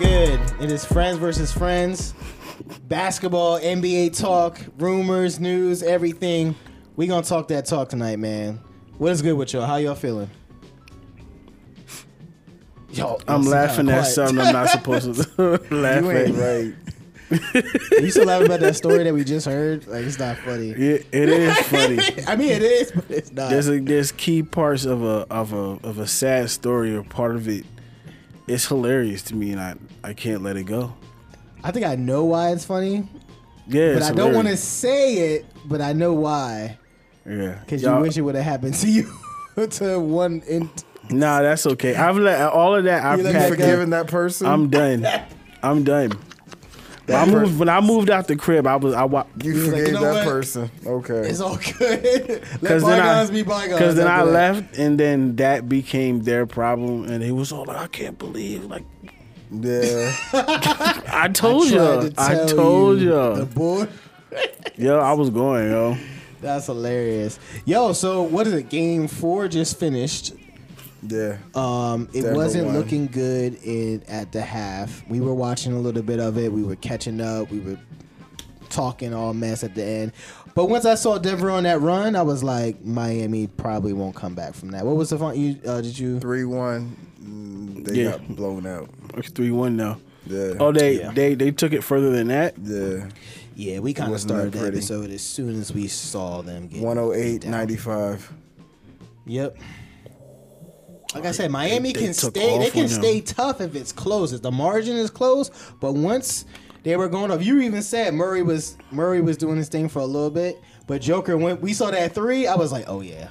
It is friends versus friends, basketball, NBA talk, rumors, news, everything. We gonna talk that talk tonight, man. What is good with y'all? How y'all feeling? Yo, I'm y'all laughing kinda at quiet. something I'm not supposed to laugh You ain't at. right. you still laughing about that story that we just heard? Like it's not funny. It, it is funny. I mean, it is, but it's not. There's a, there's key parts of a of a of a sad story or part of it. It's hilarious to me, and I I can't let it go. I think I know why it's funny, Yeah, but it's I don't want to hilarious. say it. But I know why. Yeah, Because you Y'all- wish it would have happened to you. to one in. Nah, that's okay. I've let all of that. I've let me packed forgive up. Forgiving that person. I'm done. I'm done. When I That per- moved when I moved out the crib. I was I wa- you like, forgave you know that what? person. Okay. It's all good. Let then I bygones be bygones. because then I after that. left and then that became their problem and it was all like I can't believe like Yeah. I told Tried you to I tell told you, you The boy. yo I was going yo That's hilarious. Yo, so what is it? Game four just finished. Yeah. Uh, Um, it Denver wasn't won. looking good in, at the half. We were watching a little bit of it. We were catching up. We were talking all mess at the end. But once I saw Denver on that run, I was like, Miami probably won't come back from that. What was the fun? You uh, did you? Three one. Mm, They Yeah. got blown out. it's three one now Yeah. oh they Yeah. they they took it further than that Yeah. Yeah, we kind of wasn't that started the pretty. episode as soon as we saw them get 108, down. 95. Yep. Like I said, Miami they can took stay. They off can on him. stay tough if it's close. If the margin is close, but once they were going up, you even said Murray was Murray was doing his thing for a little bit, but Joker went. We saw that three. I was like, oh yeah,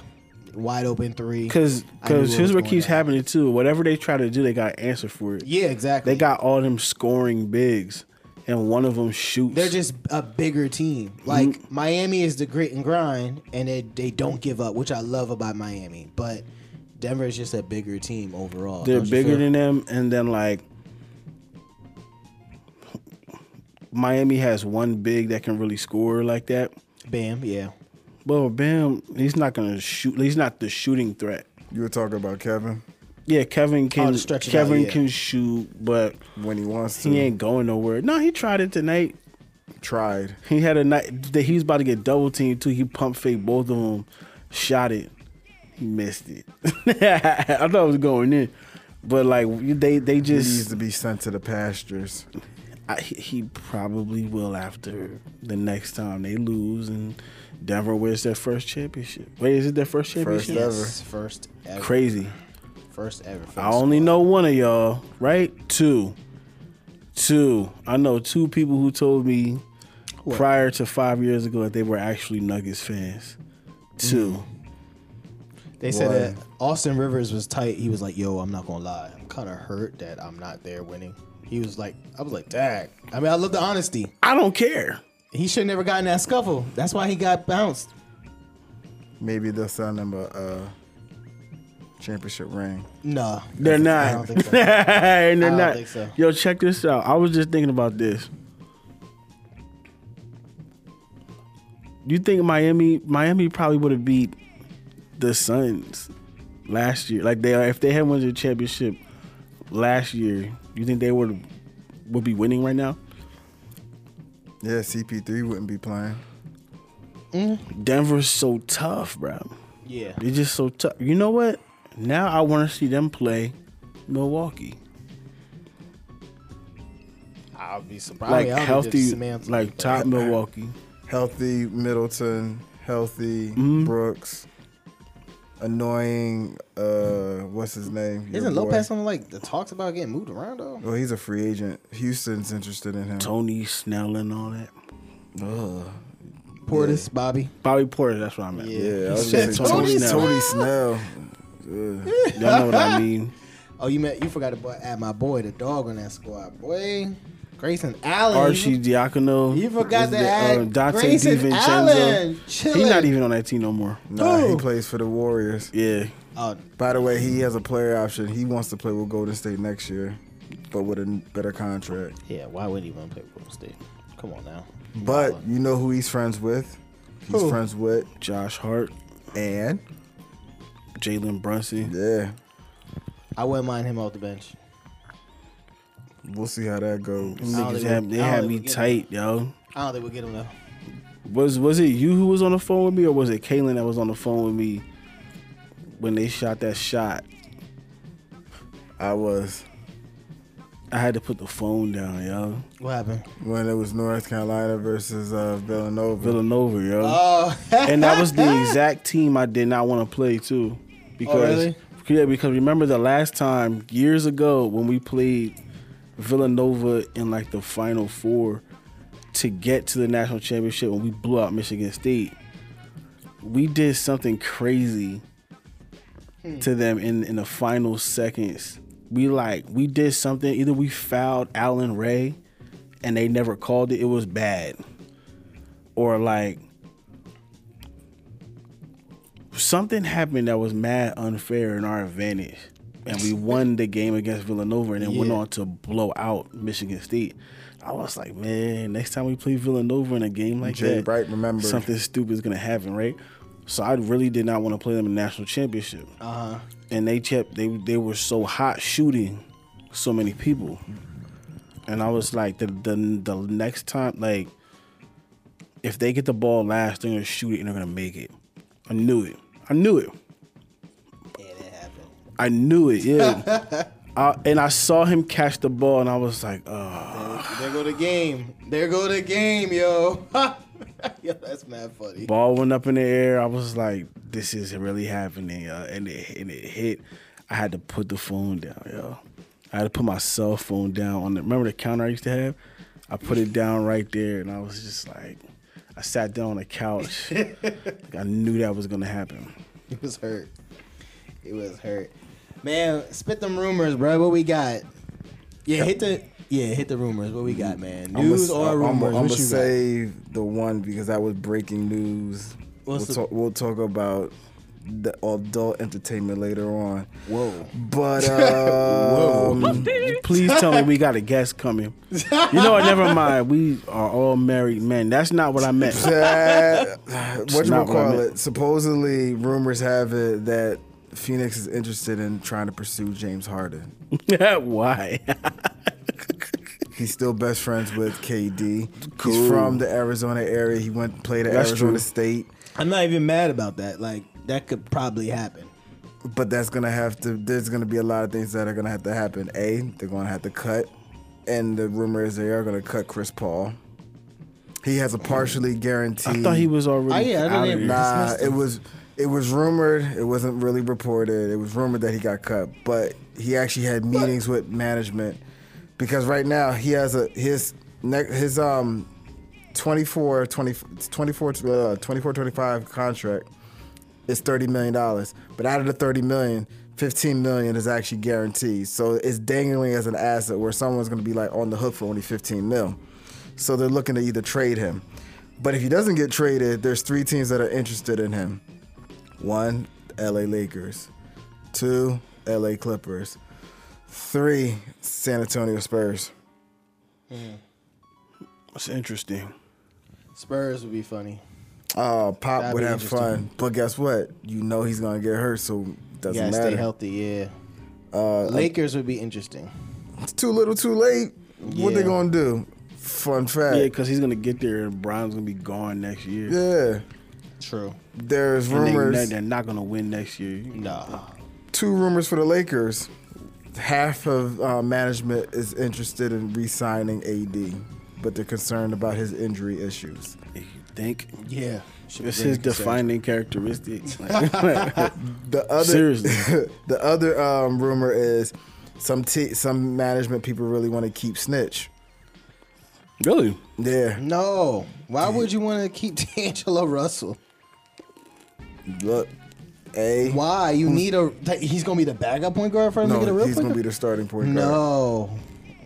wide open three. I because knew because what here's was what going keeps on. happening too whatever they try to do they got an answer for it Yeah, exactly. they got all them scoring bigs and one of them shoots They're just a bigger team. Like Mm-hmm. Miami is the grit and grind, and they they don't give up, which I love about Miami. But Denver is just a bigger team overall. they're don't you bigger feel? than them and then like Miami has one big that can really score like that. Bam. Yeah. But Bam, he's not gonna shoot. He's not the shooting threat. You were talking about Kevin Yeah, Kevin can to Oh, stretch it out, Kevin yeah. can shoot, but when he wants to. he ain't going nowhere. No, he tried it tonight. tried. He had a night that he was about to get double teamed too. He pump fake both of them, shot it. He missed it. I thought it was going in, but like they they He needs just to be sent to the pastures. I, he- he probably will after the next time they lose and Denver wins their first championship. Wait, is it their first championship? Yes, first ever. Crazy. First ever. First I only squad. know one of y'all, right? Two. Two. I know two people who told me What? prior to five years ago that they were actually Nuggets fans. Two. Mm-hmm. They said Why? that Austin Rivers was tight. He was like, "Yo, I'm not gonna lie. I'm kind of hurt that I'm not there winning." He was like, "I was like, dag." I mean, I love the honesty. I don't care. He should never gotten that scuffle. That's why he got bounced. Maybe they'll send him a uh, championship ring. Nah, They're I not. don't think so. and they're I don't not. think so. Yo, check this out. I was just thinking about this. You think Miami Miami probably would have beat the Suns last year? Like they if they had won the championship last year, you think they would would be winning right now? Yeah, CP3 wouldn't be playing. Denver's so tough, bro. yeah. They're just so tough. You know what? Now I want to see them play Milwaukee. I'll be surprised. Like I mean, I'll be just healthy, semantic, like but- top Milwaukee. Healthy Middleton, healthy Brooks, annoying. Uh, what's his name? Your Isn't boy. Lopez something like that talks about getting moved around though? Well, he's a free agent. Houston's interested in him. Tony Snell and all that. Ugh. Portis, Bobby. Bobby Porter, that's what I meant. Yeah. Yeah, I was said just Tony Tony, Snell. Tony Snell. Y'all know what I mean. Oh, you met. You forgot to bu- add my boy, the dog on that squad, boy. Grayson Allen. Archie Diacono. You forgot Is to the- add Grayson Allen. He's not Chillin'. even on that team no more. Nah, Who? he plays for the Warriors. Yeah. Oh, By the way, he has a player option. He wants to play with Golden State next year, but with a n- better contract. Yeah, why would he want to play Golden State? Come on now. But you know who he's friends with? He's Who? friends with Josh Hart, and Jalen Brunson. yeah, I wouldn't mind him off the bench. We'll see how that goes. don't Niggas think had, we- they I don't had think me we get tight, yo. I don't think we'll get him though. Was was it you who was on the phone with me, or was it Kaylin that was on the phone with me when they shot that shot? I was I had to put the phone down, yo. What happened? when it was North Carolina versus uh, Villanova. Villanova, yo. Oh, and that was the exact team I did not want to play too, because really? yeah, because remember the last time years ago when we played Villanova in like the Final Four to get to the national championship when we blew out Michigan State, we did something crazy to them in in the final seconds. We like we did something. Either we fouled Allen Ray, and they never called it. It was bad, or like something happened that was mad unfair in our advantage. And we won the game against Villanova and then went Yeah. on to blow out Michigan State. I was like, man, next time we play Villanova in a game like Jay that, Bright remembered. something stupid is gonna happen, right? So I really did not want to play them in the national championship. Uh huh. And they kept they they were so hot shooting so many people. And I was like, the the the next time, like, if they get the ball last, they're gonna shoot it and they're gonna make it. I knew it. I knew it. Yeah, that happened. I knew it. Yeah. I, and I saw him catch the ball, and I was like, oh. There go the game. There go the game, yo. yo, that's mad funny. Ball went up in the air. I was like, this is really happening, yo. And it, and it hit. I had to put the phone down, yo. I had to put my cell phone down on the, remember the counter I used to have? I put it down right there, and I was just like, I sat down on the couch. I knew that was gonna happen. It was hurt. It was hurt. Man, spit them rumors, bro. What we got? Yeah, hit the yeah, hit the rumors. What we got, man? News or rumors? I'm, What gonna you got? save the one because that was breaking news. What's we'll, the- talk, we'll talk about the adult entertainment later on. Whoa. But uh, Please tell me we got a guest coming. You know what? Never mind. We are all married men. That's not what I meant. that what you not what I call meant. it? Supposedly, rumors have it that Phoenix is interested in trying to pursue James Harden. Why? He's still best friends with KD. Cool. He's from the Arizona area. He went played at That's Arizona true. State. I'm not even mad about that. Like that could probably happen. But that's gonna have to. There's gonna be a lot of things that are gonna have to happen. A, they're gonna have to cut, and the rumor is they are gonna cut Chris Paul. He has a partially guaranteed. I thought he was already. Oh, yeah, I didn't out of even- here. Nah, dismissed it him. was. It was rumored. It wasn't really reported. It was rumored that he got cut, but he actually had meetings with management because right now he has a his ne- his um 24 20, 24 uh, 24 25 contract is 30 million dollars but out of the 30 million 15 million is actually guaranteed so it's dangling as an asset where someone's going to be like on the hook for only 15 mil so they're looking to either trade him but if he doesn't get traded there's three teams that are interested in him one la lakers two la clippers three san antonio spurs That's interesting. Spurs would be funny. Oh, Pop That'd would be have fun. But guess what? You know he's gonna get hurt, so it You doesn't gotta matter. Uh, stay healthy, yeah. Lakers would be interesting. It's too little, too late. What they Yeah. gonna do? Fun fact. Yeah, Yeah. because he's gonna get there and Brian's gonna be gone next year. True. There's And they- rumors. They, are not gonna win next year. Nah. two rumors for the Lakers. Half of uh, management is interested in re-signing AD, but they're concerned about his injury issues. You think Yeah. Should be it's very his concerned. defining characteristics? Like, The other, Seriously. the other um, rumor is some t- some management people really want to keep Snitch. really? Yeah, No. Why would you want to keep D'Angelo Russell? look, a Why? You need a. that- he's gonna be the backup point guard for him to get a real he's point gonna be guard? the starting point guard. No.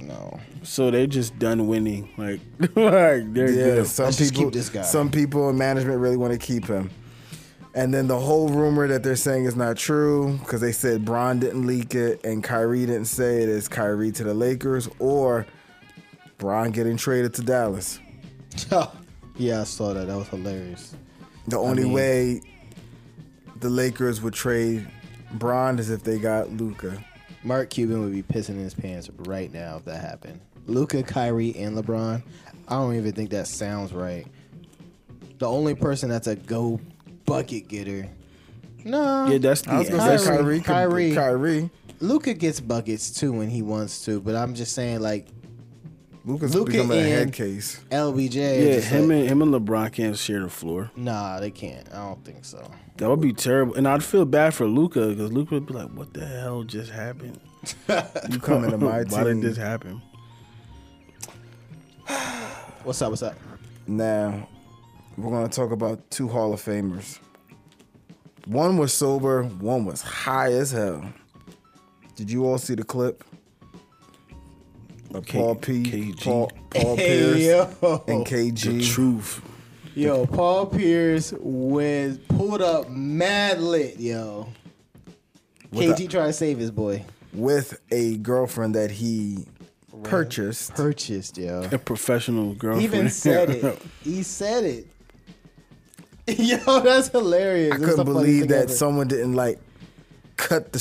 No. So they're just done winning. Like, like they're Yeah, good. some Let's just people, keep this guy. some people in management really want to keep him. And then the whole rumor that they're saying is not true because they said Bron didn't leak it and Kyrie didn't say it is Kyrie to the Lakers or Bron getting traded to Dallas. yeah, I saw that. That was hilarious. The only mean- way the Lakers would trade Bron is if they got Luca. Mark Cuban would be pissing in his pants right now if that happened. Luca, Kyrie, and LeBron. I don't even think that sounds right. The only person that's a go bucket getter. No. Yeah, that's I was the gonna Yeah. say Kyrie. Kyrie. Kyrie. Kyrie. Kyrie. Luca gets buckets too when he wants to, but I'm just saying like Luca's Luka becoming a and- head case. LBJ. yeah. is just Him like, and him and LeBron can't share the floor. nah, they can't. I don't think so. That would be terrible, and I'd feel bad for Luca because Luca would be like, "What the hell just happened? You coming to my Why did team this happen?" What's up? What's up? now? We're gonna talk about two Hall of Famers. One was sober. One was high as hell. Did you all see the clip? Of K- Paul P. KG. Paul, Paul Pierce Hey, yo. and The KG. truth. Yo, Paul Pierce was pulled up mad lit, yo. With KG tried to save his boy. with a girlfriend that he purchased. Purchased, yo. A professional girlfriend. Even said it. He said it. Yo, that's hilarious. I It's couldn't the funniest believe thing that ever. someone didn't like cut the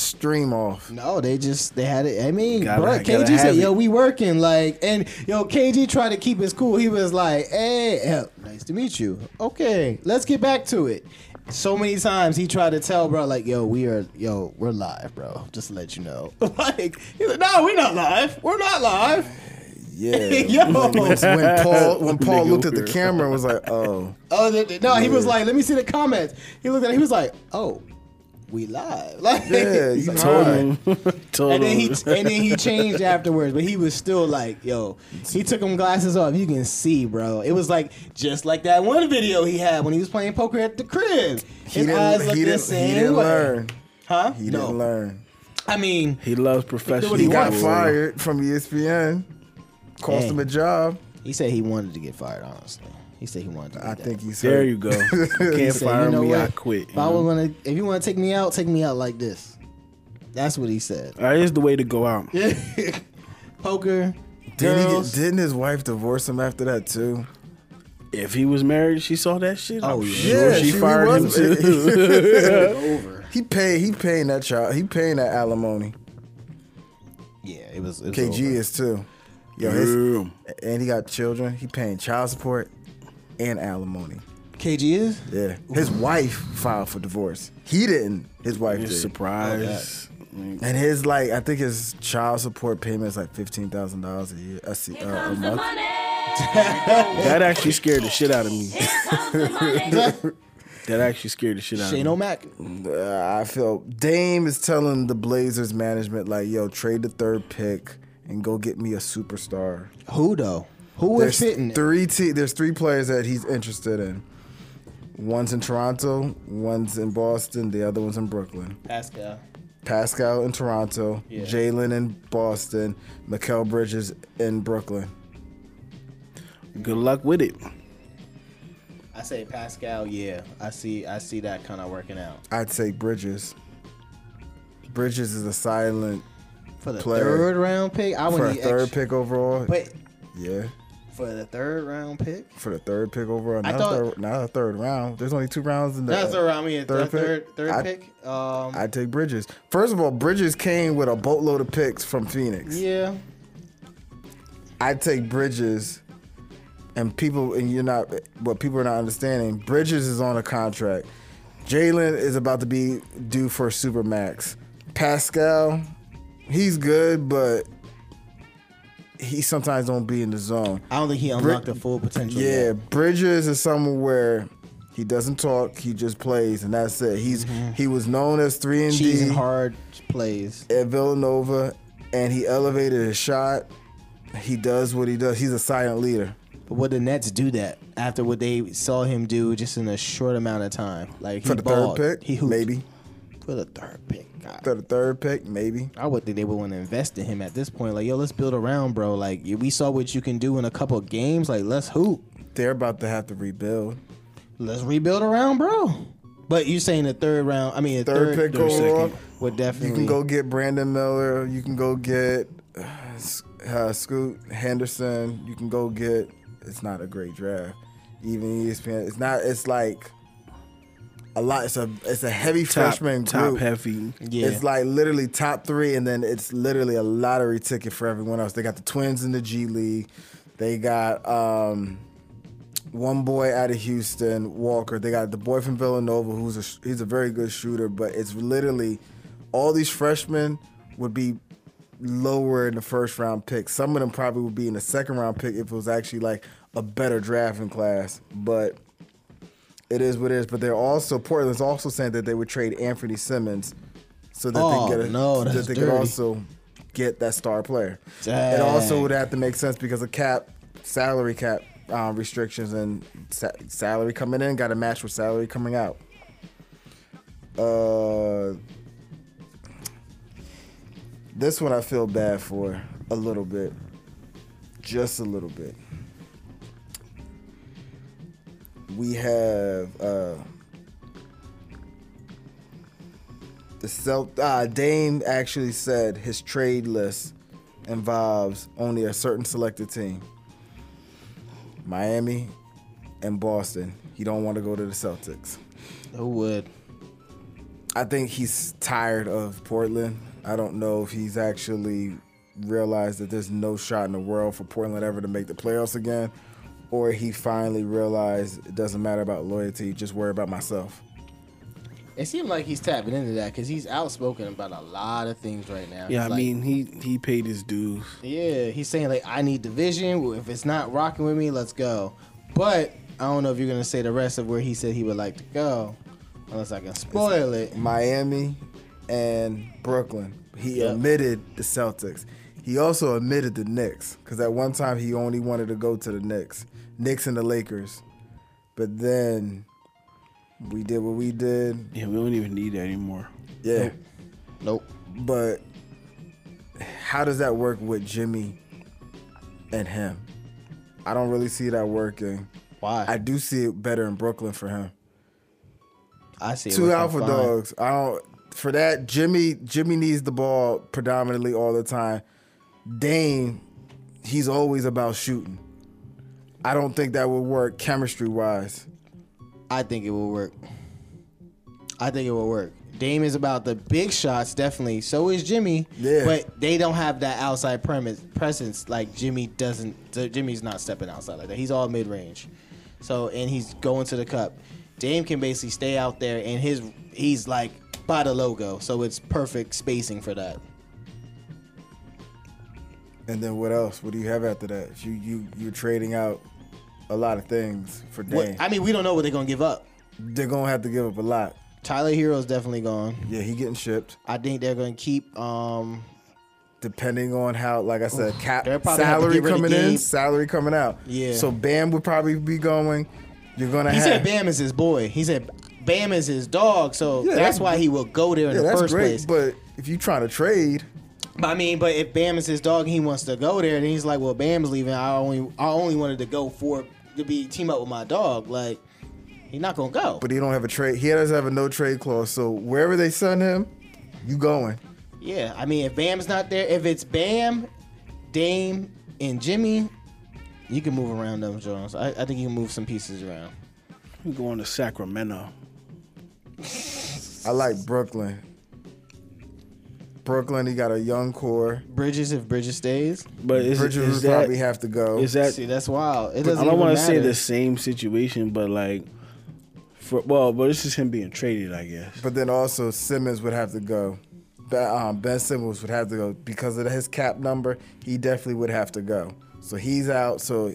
stream off. No, they just they had it. I mean, Gotta- bruh, gotta KG said, have "Yo, it." we working." Like, and yo, KG tried to keep his cool. He was like, "Hey, hell, nice to meet you. Okay, let's get back to it." So many times he tried to tell bro, like, "Yo, we are, yo, we're live, bro. Just to let you know." Like, he's like, "No, we're not live. We're not live." Yeah. Yo. When, when Paul when Paul Nigga looked at the weird. camera and was like, "Oh, Oh th- th- no, he was like, "Let me see the comments." He looked at, it, he was like, "Oh, we live." Like, yeah, he's you like, Told high." him. Told And then he him. and then he changed afterwards, but he was still like, yo, he took him glasses off. You can see, bro. It was like just like that one video he had when he was playing poker at the crib. His He eyes didn't. looked He the didn't. same He didn't way. learn. Huh? He no. didn't learn. I mean, He loves professional. what He He got wanted- fired from E ESPN. Cost Dang. him a job. he said he wanted to get fired, honestly. He said he wanted to. do I that. think he's There hurt. you go. You He can't said, fire you know me. what? I quit. If I was gonna, if you want to take me out, take me out like this. That's what he said. That is the way to go out. poker, Didn't, he girls. get, didn't his wife divorce him after that too? If he was married, she saw that shit. Oh, I'm yeah. sure Yeah, she, she fired him was- too. over. He paid. He paying that child. He paying that alimony. Yeah, it was. It was KG over. is too. Yo, his, Damn. and he got children. He paying child support and alimony. KG is. Yeah, his wife filed for divorce. He didn't. His wife You're did. surprised. And his like, I think his child support payment is like fifteen thousand dollars a year, a, se- uh, a month. That actually scared the shit out of me. Shane That actually scared the shit out of me. O'Mac. Uh, I feel Dame is telling the Blazers management like, yo, trade the third pick and go get me a superstar. Who though? Who would There's fit in? it? three te- There's three players that he's interested in. One's in Toronto, one's in Boston, the other one's in Brooklyn. Pascal. Pascal in Toronto, Yeah. Jalen in Boston, Mikel Bridges in Brooklyn. Good luck with it. I say Pascal. Yeah, I see. I see that kind of working out I'd say Bridges. Bridges is a silent for the Player. third round pick. I would for a need third extra. pick overall. But yeah, for the third round pick, for the third pick overall. I Not, thought- a third, not a third round. There's only two rounds in the. that's around me. Third, Third pick? third, third I- pick. Um, I take Bridges. First of all, Bridges came with a boatload of picks from Phoenix. yeah. I take Bridges, and people and you're not what people are not understanding. Bridges is on a contract. Jalen is about to be due for supermax. Pascal, he's good, but he sometimes don't be in the zone. I don't think he unlocked the full potential. Yeah, yet. Bridges is someone where he doesn't talk, he just plays, and that's it. He's he was known as three and cheese D Mm-hmm. and hard plays. at Villanova, and he elevated his shot. He does what he does. He's a silent leader. But would the Nets do that after what they saw him do just in a short amount of time? Like he For the balled. third pick, he hooped. maybe. for the third pick. God. For the third pick, maybe. I would think they would want to invest in him at this point. Like, yo, let's build around, bro. Like, we saw what you can do in a couple of games. Like, let's hoop. They're about to have to rebuild. Let's rebuild around, bro. But you saying the third round? I mean, the Third, third, pick third, overall. second. would You definitely. can go get Brandon Miller. You can go get uh, S- uh, Scoot Henderson. You can go E get. It's not a great draft. Even ESPN. It's not. It's like a lot. It's a it's a heavy Top, freshman top group. heavy. Yeah. It's like literally top three, and then it's literally a lottery ticket for everyone else. They got the twins in the G League. They got um, one boy out of Houston, Walker. They got the boy from Villanova, who's a sh- he's a very good shooter, but it's literally all these freshmen would be lower in the first round pick. Some of them probably would be in the second round pick if it was actually like a better drafting class, but it is what it is. But they're also Portland's also saying that they would trade Anthony Simmons so that Oh, they get a, no, so that's that they dirty. could also get that star player. It Dang. also would have to make sense because of cap salary cap um, restrictions and sa- salary coming in got to match with salary coming out. Uh, this one I feel bad for a little bit, just a little bit. We have uh, the Celt- uh, Dame actually said his trade list involves only a certain selected team. Miami and Boston. He don't want to go to the Celtics. Who would? I think he's tired of Portland. I don't know if he's actually realized that there's no shot in the world for Portland ever to make the playoffs again, or he finally realized it doesn't matter about loyalty, just worry about myself. It seemed like he's tapping into that because he's outspoken about a lot of things right now. He's Yeah, I like- mean he he paid his dues. yeah, he's saying like I need division. If it's not rocking with me, let's go. But I don't know if you're gonna say the rest of where he said he would like to go, unless I can spoil it. Miami and Brooklyn. He Yep. admitted the Celtics. He also admitted the Knicks because at one time he only wanted to go to the Knicks, Knicks and the Lakers. But then we did what we did. Yeah, we don't even need that anymore. Yeah. Nope. But how does that work with Jimmy and him? I don't really see that working. Why? I do see it better in Brooklyn for him. I see it two working alpha fine. dogs. I don't for that. Jimmy Jimmy needs the ball predominantly all the time. Dane, he's always about shooting. I don't think that would work chemistry wise. I think it will work. I think it will work. Dame is about the big shots, definitely. So is Jimmy. Yeah. But they don't have that outside premise, presence like Jimmy doesn't. th- Jimmy's not stepping outside like that. He's all mid range. So and he's going to the cup. Dame can basically stay out there, and his he's like by the logo, so it's perfect spacing for that. And then what else? What do you have after that? You you you're trading out a lot of things for What- Dane. I mean, we don't know what they're gonna give up. They're gonna have to give up a lot. Tyler Hero's definitely gone. Yeah, he getting shipped. I think they're gonna keep um, Depending on how, like I said, cap They'll probably have to salary get rid of coming in, Gabe. salary coming out. Yeah. So Bam would probably be going. You're gonna He have said Bam is his boy. He said Bam is his dog, so Yeah, that's that's- why he will go there in Yeah, the that's first great. place. But, But if you trying to trade, I mean, but if Bam is his dog and he wants to go there, then he's like, "Well, Bam's leaving. I only I only wanted to go for to be team up with my dog. Like, he's not gonna go. but he don't have a trade. He doesn't have a no trade clause. So wherever they send him, you going. yeah, I mean, if Bam's not there, if it's Bam, Dame, and Jimmy, you can move around them Jones. I, I think you can move some pieces around. We going to Sacramento. I like Brooklyn. Brooklyn, he got a young core. Bridges, if Bridges stays, But is, Bridges is would that probably have to go. is that see that's wild. It doesn't. I don't want to say the same situation, but like, for well, but this is him being traded, I guess. but then also Simmons would have to go. Ba- Um, ben Simmons would have to go because of his cap number. He definitely would have to go. So he's out. So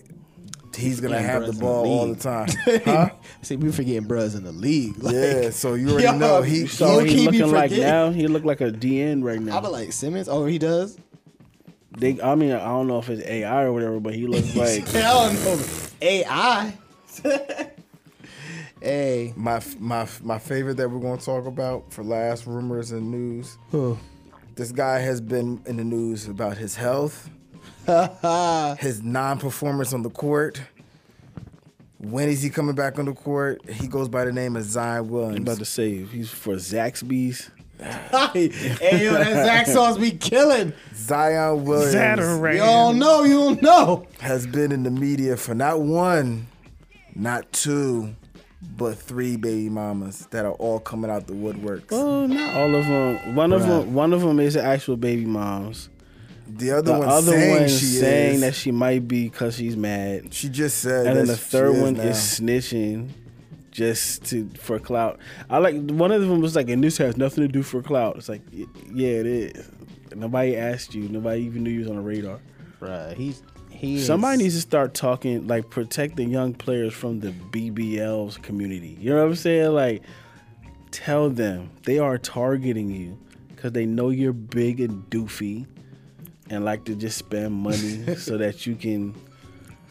he's gonna And have the Brunson ball all the leave. time. Huh? See, we forgetting bros in the league. Like, Yeah. So you already Yo, know he. so So You he keep me looking like forgetting. now. He look like a DN right I now. be like Simmons. Oh, he does. they, I mean, I don't know if it's AI or whatever, but he looks like Hell no. AI. hey. My my my favorite that we're going to talk about for last rumors and news. This guy has been in the news about his health, his non-performance on the court. When is he coming back on the court? He goes by the name of Zion I'm about Williams. to save. He's for Zaxby's. hey yo, that Zach sauce be killing. Zion Williams You don't know, you don't know. has been in the media for not one, not two, but three baby mamas that are all coming out the woodworks. Well, Oh, not all of them. One of them. One of them is the actual baby moms. the other The one other saying one she saying is. that she might be because she's mad, she just said. and then that the third she one now. is snitching, just to for clout. I like one of them was like, and this has nothing to do for clout. It's like, y- yeah, it is. Nobody asked you. Nobody even knew you was on the radar. Bruh, he's he. is- Somebody needs to start talking, like protecting young players from the BBL's community. You know what I'm saying? Like, tell them they are targeting you because they know you're big and doofy and like to just spend money so that you can.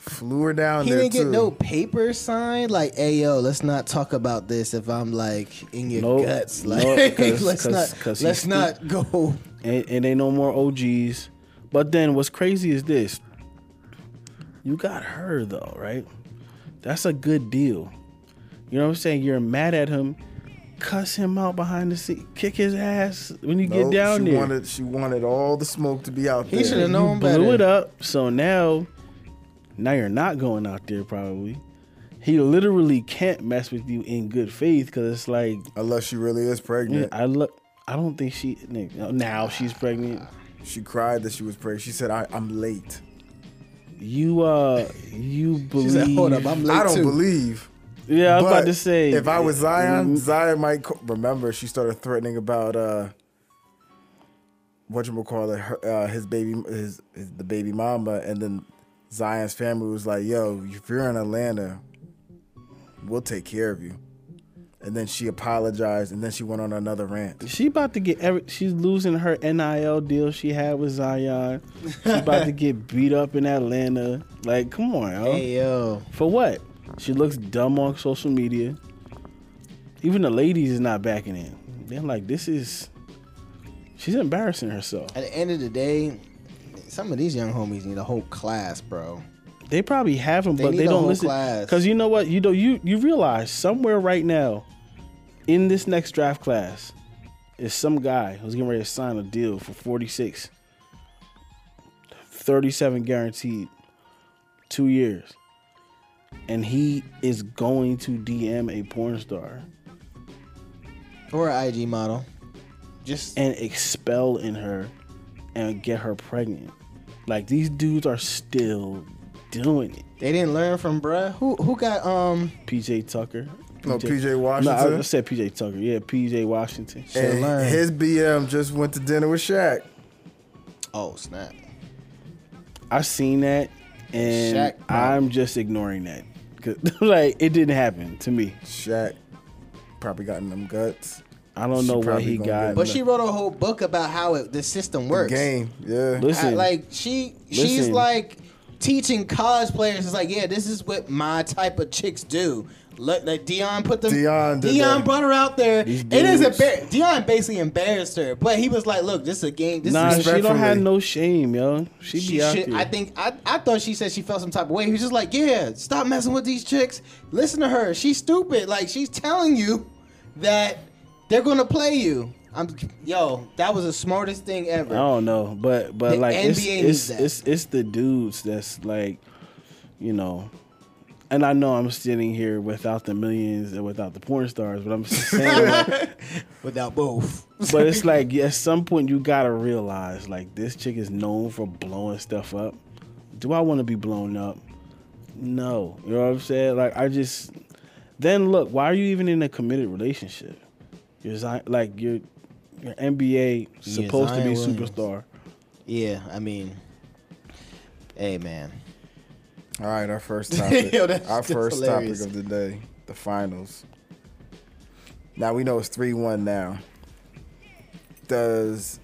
flew her down He there didn't get too. no paper signed. Like, hey yo, let's not talk about this. If I'm like in your Nope. guts, Nope, like 'cause- let's 'cause- not 'cause he's let's stu- not go. And, and they no more OGs. But then what's crazy is this you got her though, right? That's a good deal. You know what I'm saying? You're mad at him. Cuss him out behind the scene. Kick his ass when you Nope, get down she there. Wanted, she wanted all the smoke to be out He there. should have You known blew better. it up. So now, now you're not going out there probably. He literally can't mess with you in good faith because it's like Unless she really is yeah, pregnant. I look. I don't think she nigga, no, now she's pregnant. She cried that she was pregnant. She said, I, "I'm late." You uh, you She believe? said, "Hold up, I'm late I don't too." believe. yeah, I was about But to say. if I was Zion, Mm, Zion might co- remember. She started threatening about uh, what you call it, uh, his baby, his, his the baby mama, and then Zion's family was like, "Yo, if you're in Atlanta, we'll take care of you." And then she apologized, and then she went on another rant. she about to get every. She's losing her nil deal she had with Zion. She's about to get beat up in Atlanta. Like, come on, yo. Hey yo, For what? She looks dumb on social media. Even the ladies is not backing in. They're like, this is. She's embarrassing herself. at the end of the day, some of these young homies need a whole class, bro. They probably have them, They but need they a don't whole listen. class. Because you know what? You know you you realize somewhere right now, in this next draft class, is some guy who's getting ready to sign a deal for 46, 37 guaranteed, two years, and he is going to DM a porn star. Or an IG model, just and expel in her and get her pregnant. Like these dudes are still doing it. they didn't learn from bruh. Who who got um? PJ Tucker. No, PJ No, I- I Washington. said PJ Tucker. Yeah, PJ Washington. Should've And learned. his BM just went to dinner with Shaq. Oh snap! I've seen that, and Shaq, bro. I'm just ignoring that. 'Cause, like it didn't happen to me. Shaq probably got in them guts. I don't She know what probably he gonna got. get But she wrote a whole book about how it, the system works. Game, yeah. I- listen, like she she's Listen. like teaching college players. It's like, yeah, this is what my type of chicks do. Like, like Dion put them. Dion did Dion that. brought her out there. These It is dudes. embar- Dion basically embarrassed her, but he was like, "Look, this is a game. This nah, is." she don't have respectfully- no shame, yo. She be She out should, there. I think I, I thought she said she felt some type of way. He was just like, "Yeah, stop messing with these chicks. Listen to her. She's stupid. Like she's telling you that they're gonna play you." I'm yo. That was the smartest thing ever. I don't know, but but The like it's NBA it's, needs that. it's it's the dudes that's like, you know, and I know I'm sitting here without the millions and without the porn stars, but I'm just saying, like, Without both. but it's like at some point you gotta realize like this chick is known for blowing stuff up. Do I want to be blown up? No, you know what I'm saying. Like I just then look, why are you even in a committed relationship? You're Zion- like you're, you're NBA supposed to Zion be Williams. superstar. Yeah, I mean, hey man, All right, our first topic. Yo, that's- our that's first hilarious. topic of the day, the finals. Now we know it's three one. Now, does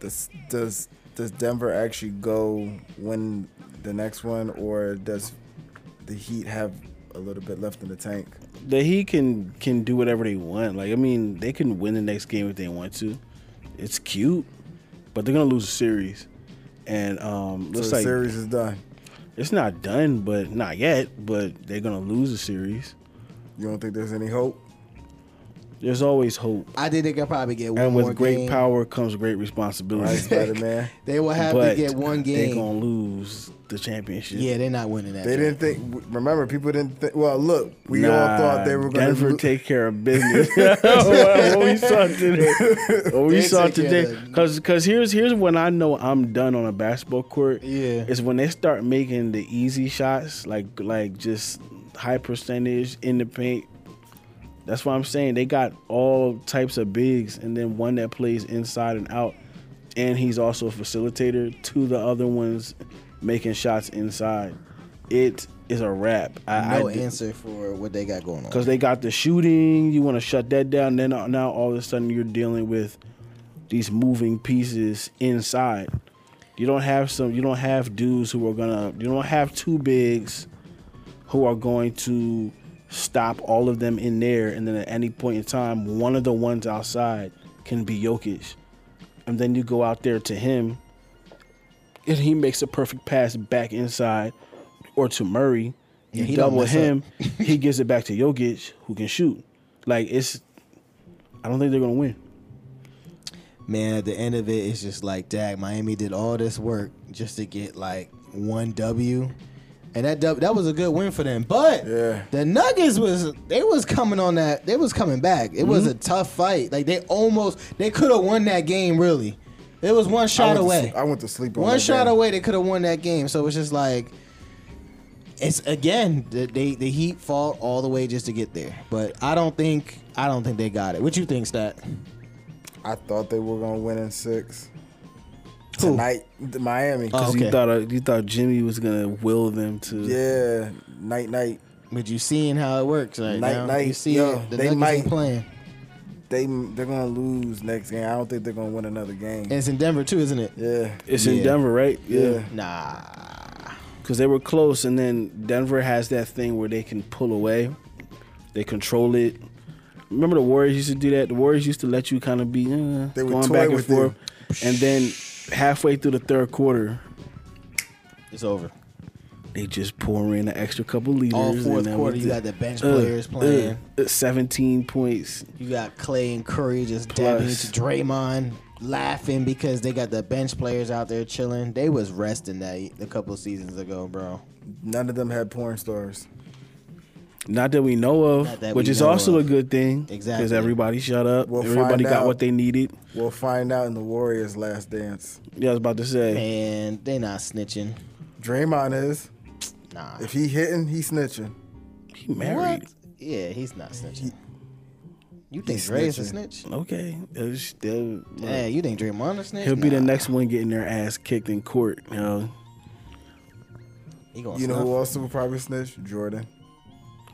does does does Denver actually go win the next one, or does the Heat have a little bit left in the tank? the Heat can can do whatever they want. Like I mean, they can win the next game if they want to. It's cute, but they're gonna lose a series. And um, So looks the like series is done. it's not done, but not yet. But they're gonna lose a series. You don't think there's any hope? There's always hope. I think they could probably get one And more with great game. power comes great Right, responsibility. Spider-Man. They will have but to get one They game. gonna lose the championship. yeah, they're not winning that. They didn't think. Remember, people didn't think. Well, look, we all thought they were going Denver to. take care of business. what we saw today, what we They saw take care today, of because because here's here's when I know I'm done on a basketball court. Yeah. is when they start making the easy shots, like like just high percentage in the paint. That's why I'm saying they got all types of bigs, and then one that plays inside and out, and he's also a facilitator to the other ones making shots inside. It is a wrap. I, no I, answer for what they got going on. because they got the shooting. You want to shut that down. Then uh, now all of a sudden you're dealing with these moving pieces inside. You don't have some. You don't have dudes who are gonna. You don't have two bigs who are going to stop all of them in there. And then at any point in time, one of the ones outside can be Jokic, and then you go out there to him, and he makes a perfect pass back inside, or to Murray. You Yeah, he don't double mess him, he gives it back to Jokic, who can shoot. Like it's, I don't think they're gonna win. Man, at the end of it, it's just like, dag, Miami did all this work just to get like one W. And that dub- that was a good win for them. But Yeah. the Nuggets was they was coming on that they was coming back. It was Mm-hmm. a tough fight. Like they almost they could have won that game really. It was one I shot went to away. sleep- I went to sleep on One that shot game. away, they could have won that game. So it's just like, it's again the they the Heat fought all the way just to get there. But I don't think I don't think they got it. What you think, Stat? I thought they were going to win in six. Who? Tonight, the Miami. Oh. Because Okay. you thought uh, you thought Jimmy was gonna will them to. Yeah, night, night. But you seeing how it works right Night, now. night. you see Yo, it. The they Nuggets might. ain't playing. They they're going to lose next game. I don't think they're going to win another game. And it's in Denver too, isn't it? yeah, It's Yeah. in Denver, right? Yeah. Nah. Because they were close, and then Denver has that thing where they can pull away, they control it. Remember the Warriors used to do that. The Warriors used to let you kind of be uh, They would going toy back and with you. forth, and then halfway through the third quarter, It's over. they just pour in an extra couple leaders. All fourth and that quarter, was you it. got the bench Uh, players playing. uh, Seventeen points. You got Clay and Curry just Plus. dabbing into Draymond, laughing because they got the bench players out there chilling. They was resting that e, a couple seasons ago, bro. none of them had porn stars. Not that we know Not of, that which we is know also of. a good thing. Exactly. Because everybody shut up. We'll everybody find got out. what they needed. We'll find out in the Warriors' last dance. Yeah, I was about to say. And they not snitching. Draymond is. Nah. If he hitting, he snitching. He married. What? Yeah, he's not snitching. You think Dre's a snitching. snitch? Okay. It's still- like, Yeah, you think Draymond a snitch? he'll be the Nah. next one getting their ass kicked in court. You know? He gonna You know snuff. who else will probably snitch? Jordan.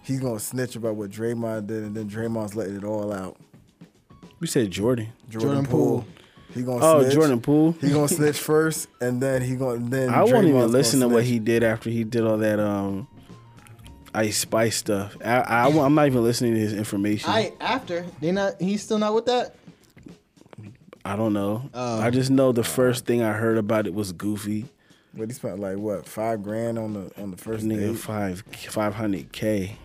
He's gonna snitch about what Draymond did, and then Draymond's letting it all out. You said Jordan. Jordan, Jordan Poole. Poole. He gonna Oh, snitch. Jordan Poole. He gonna snitch first, and then he gonna then. I won't Draymond's even listen to gonna what snitch. he did after he did all that um Ice Spice stuff. I, I, am not even listening to his information. I after they not he's still not with that. I don't know. Oh. I just know the first thing I heard about it was Goofy. But he spent like what five grand on the on the first Nigga, date. five five hundred k,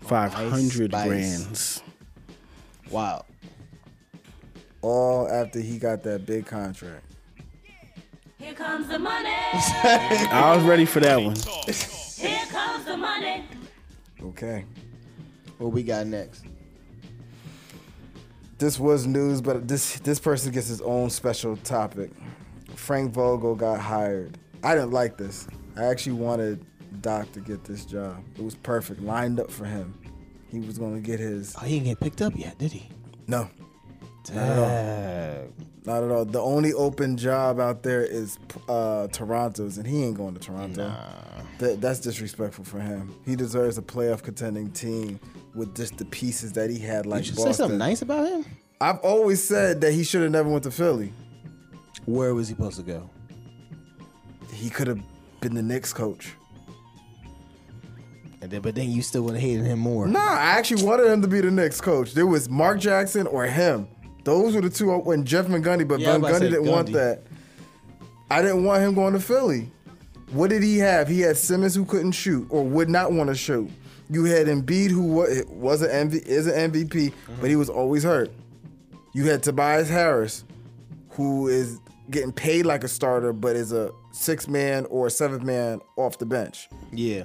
five hundred Oh, Spice. grands. Wow. All after he got that big contract. Here comes the money. I was ready for that one. Here comes the money. Okay. What we got next? This was news, but this this person gets his own special topic. Frank Vogel got hired. I didn't like this. I actually wanted Doc to get this job. It was perfect, lined up for him. He was gonna get his Oh, he didn't get picked up yet, did he? no, Dang. not at all. The only open job out there is uh, Toronto's, and he ain't going to Toronto. That, that's disrespectful for him. He deserves a playoff contending team with just the pieces that he had, You like should Boston. say something nice about him. I've always said that he should have never went to Philly. Where was he supposed to go? he could have been the Knicks coach. And then, but then you still would have hated him more. Nah, I actually wanted him to be the Knicks coach. There was Mark Jackson or him. Those were the two. uh, When Jeff McGundy, but Yeah, I was about to Gundy say didn't want Gundy. that. I didn't want him going to Philly. What did he have? He had Simmons who couldn't shoot or would not want to shoot. You had Embiid, who was, was an MV, is an MVP, but he was always hurt. You had Tobias Harris, who is getting paid like a starter, but is a sixth man or a seventh man off the bench. Yeah.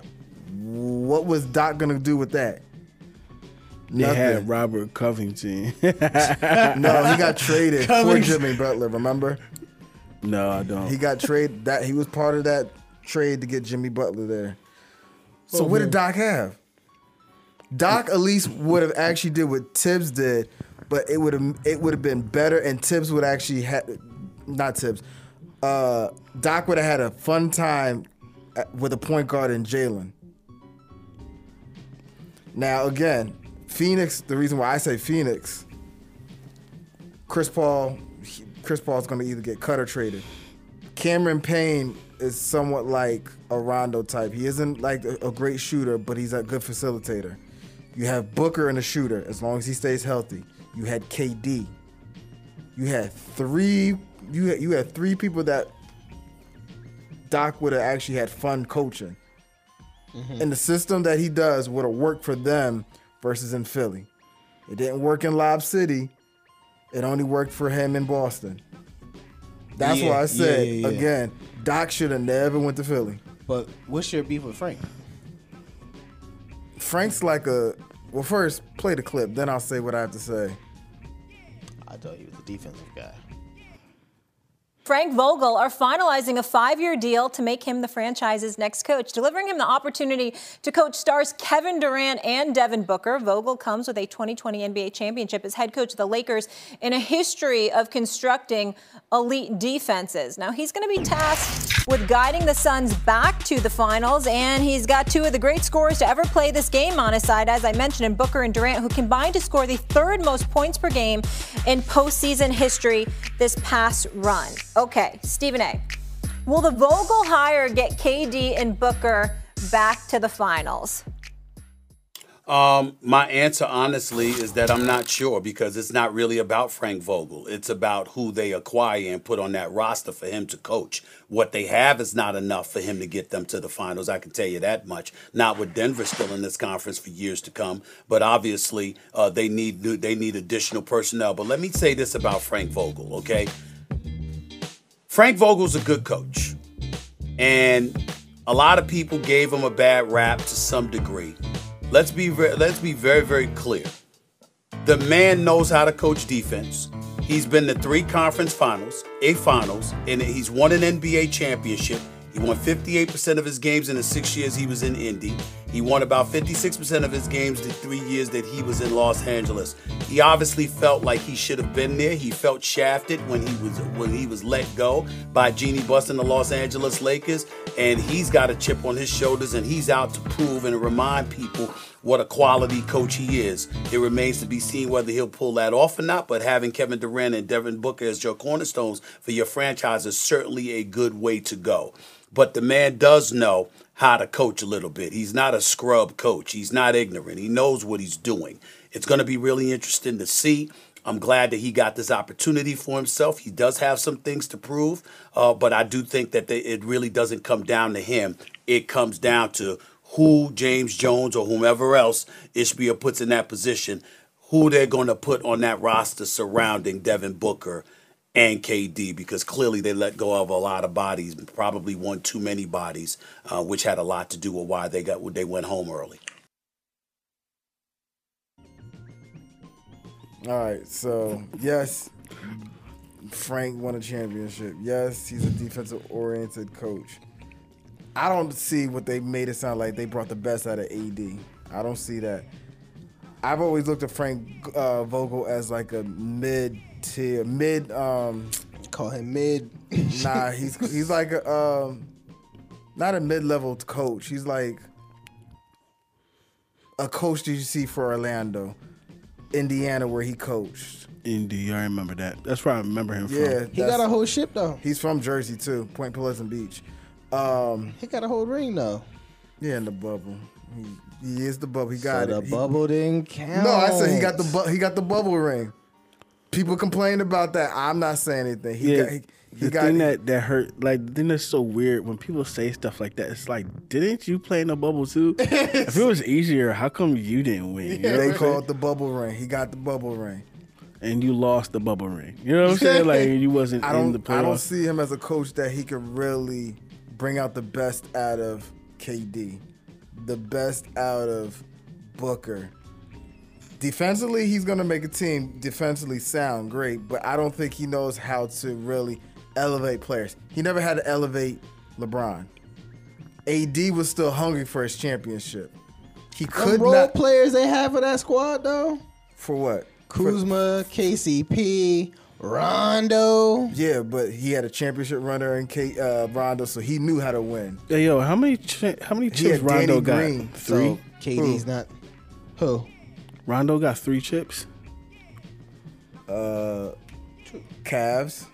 What was Doc gonna do with that? They had Nothing. Robert Covington. No, he got traded for Covington. Jimmy Butler. Remember, no, I don't. he got traded. That he was part of that trade to get Jimmy Butler there. So what did Doc have? Doc at least would have actually did what Tibbs did, but it would have it would have been better, and Tibbs would actually had not Tibbs. Uh, Doc would have had a fun time at- with a point guard in Jalen. Now again, Phoenix. The reason why I say Phoenix, Chris Paul, he- Chris Paul's going to either get cut or traded. Cameron Payne is somewhat like a Rondo type. He isn't like a, a great shooter, but he's a good facilitator. You have Booker and a shooter as long as he stays healthy. You had KD. You had three. You had, you had three people that Doc would have actually had fun coaching, Mm-hmm. and the system that he does would have worked for them versus in Philly. It didn't work in Lob City. It only worked for him in Boston. That's Yeah, why I yeah, said yeah, yeah. again, Doc should have never went to Philly. But what's your beef with Frank? Frank's like a well. First, play the clip, then I'll say what I have to say. I thought he was a defensive guy. Frank Vogel are finalizing a five year deal to make him the franchise's next coach, delivering him the opportunity to coach stars Kevin Durant and Devin Booker. Vogel comes with a 2020 NBA championship as head coach of the Lakers and a history of constructing elite defenses. Now, he's going to be tasked with guiding the Suns back to the finals, and he's got two of the great scorers to ever play this game on his side, as I mentioned, in Booker and Durant, who combined to score the third most points per game in postseason history this past run. Okay, Stephen A. Will the Vogel hire get KD and Booker back to the finals? Um, my answer, honestly, is that I'm not sure because it's not really about Frank Vogel. It's about who they acquire and put on that roster for him to coach. What they have is not enough for him to get them to the finals. I can tell you that much. Not with Denver still in this conference for years to come, but obviously uh, they need new, they need additional personnel. But let me say this about Frank Vogel, okay? Frank Vogel's a good coach, and a lot of people gave him a bad rap to some degree. Let's be ve- let's be very very clear. The man knows how to coach defense. He's been to three conference finals, a finals, and he's won an NBA championship. He won 58% of his games in the six years he was in Indy. He won about 56% of his games the three years that he was in Los Angeles. He obviously felt like he should have been there. He felt shafted when he was when he was let go by Genie Bus and the Los Angeles Lakers, and he's got a chip on his shoulders, and he's out to prove and remind people what a quality coach he is. It remains to be seen whether he'll pull that off or not, but having Kevin Durant and Devin Booker as your cornerstones for your franchise is certainly a good way to go. But the man does know how to coach a little bit. He's not a scrub coach, he's not ignorant. He knows what he's doing. It's going to be really interesting to see. I'm glad that he got this opportunity for himself. He does have some things to prove, uh, but I do think that they, it really doesn't come down to him. It comes down to who James Jones or whomever else Ishbia puts in that position, who they're going to put on that roster surrounding Devin Booker and KD, because clearly they let go of a lot of bodies, probably one too many bodies, uh, which had a lot to do with why they got they went home early. All right, so yes, Frank won a championship. Yes, he's a defensive-oriented coach. I don't see what they made it sound like. They brought the best out of AD. I don't see that. I've always looked at Frank uh, Vogel as like a mid-tier, mid. Um, Call him mid. nah, he's he's like a um, not a mid-level coach. He's like a coach that you see for Orlando, Indiana, where he coached. Indeed, I remember that. That's where I remember him Yeah, from. He that's- got a whole ship though. He's from Jersey too, Point Pleasant Beach. Um, He got a whole ring though. yeah, in the bubble. He, he is the bubble. He So got the it. He- bubble didn't count. no, I said he got the bu- he got the bubble ring. people complained about that. I'm not saying anything. He yeah, got, he, he the got thing that that hurt, like the thing that's so weird when people say stuff like that. It's like, didn't you play in the bubble too? if it was easier, how come you didn't win? You know they what I'm saying? call it the bubble ring. He got the bubble ring. and you lost the bubble ring. You know what I'm saying? Like you wasn't I in don't the I don't playoffs. see him as a coach that he could really bring out the best out of KD, the best out of Booker. Defensively, he's going to make a team defensively sound great, but I don't think he knows how to really elevate players. He never had to elevate LeBron. AD was still hungry for his championship. He The could role not players they have for that squad though. for what? Kuzma, KCP, Rondo. Yeah, but he had a championship runner in K, uh, Rondo, so he knew how to win. Hey, yo, how many ch- how many He chips had Danny Rondo got? Green, Three. So KD's not who? Rondo got three chips. Cavs.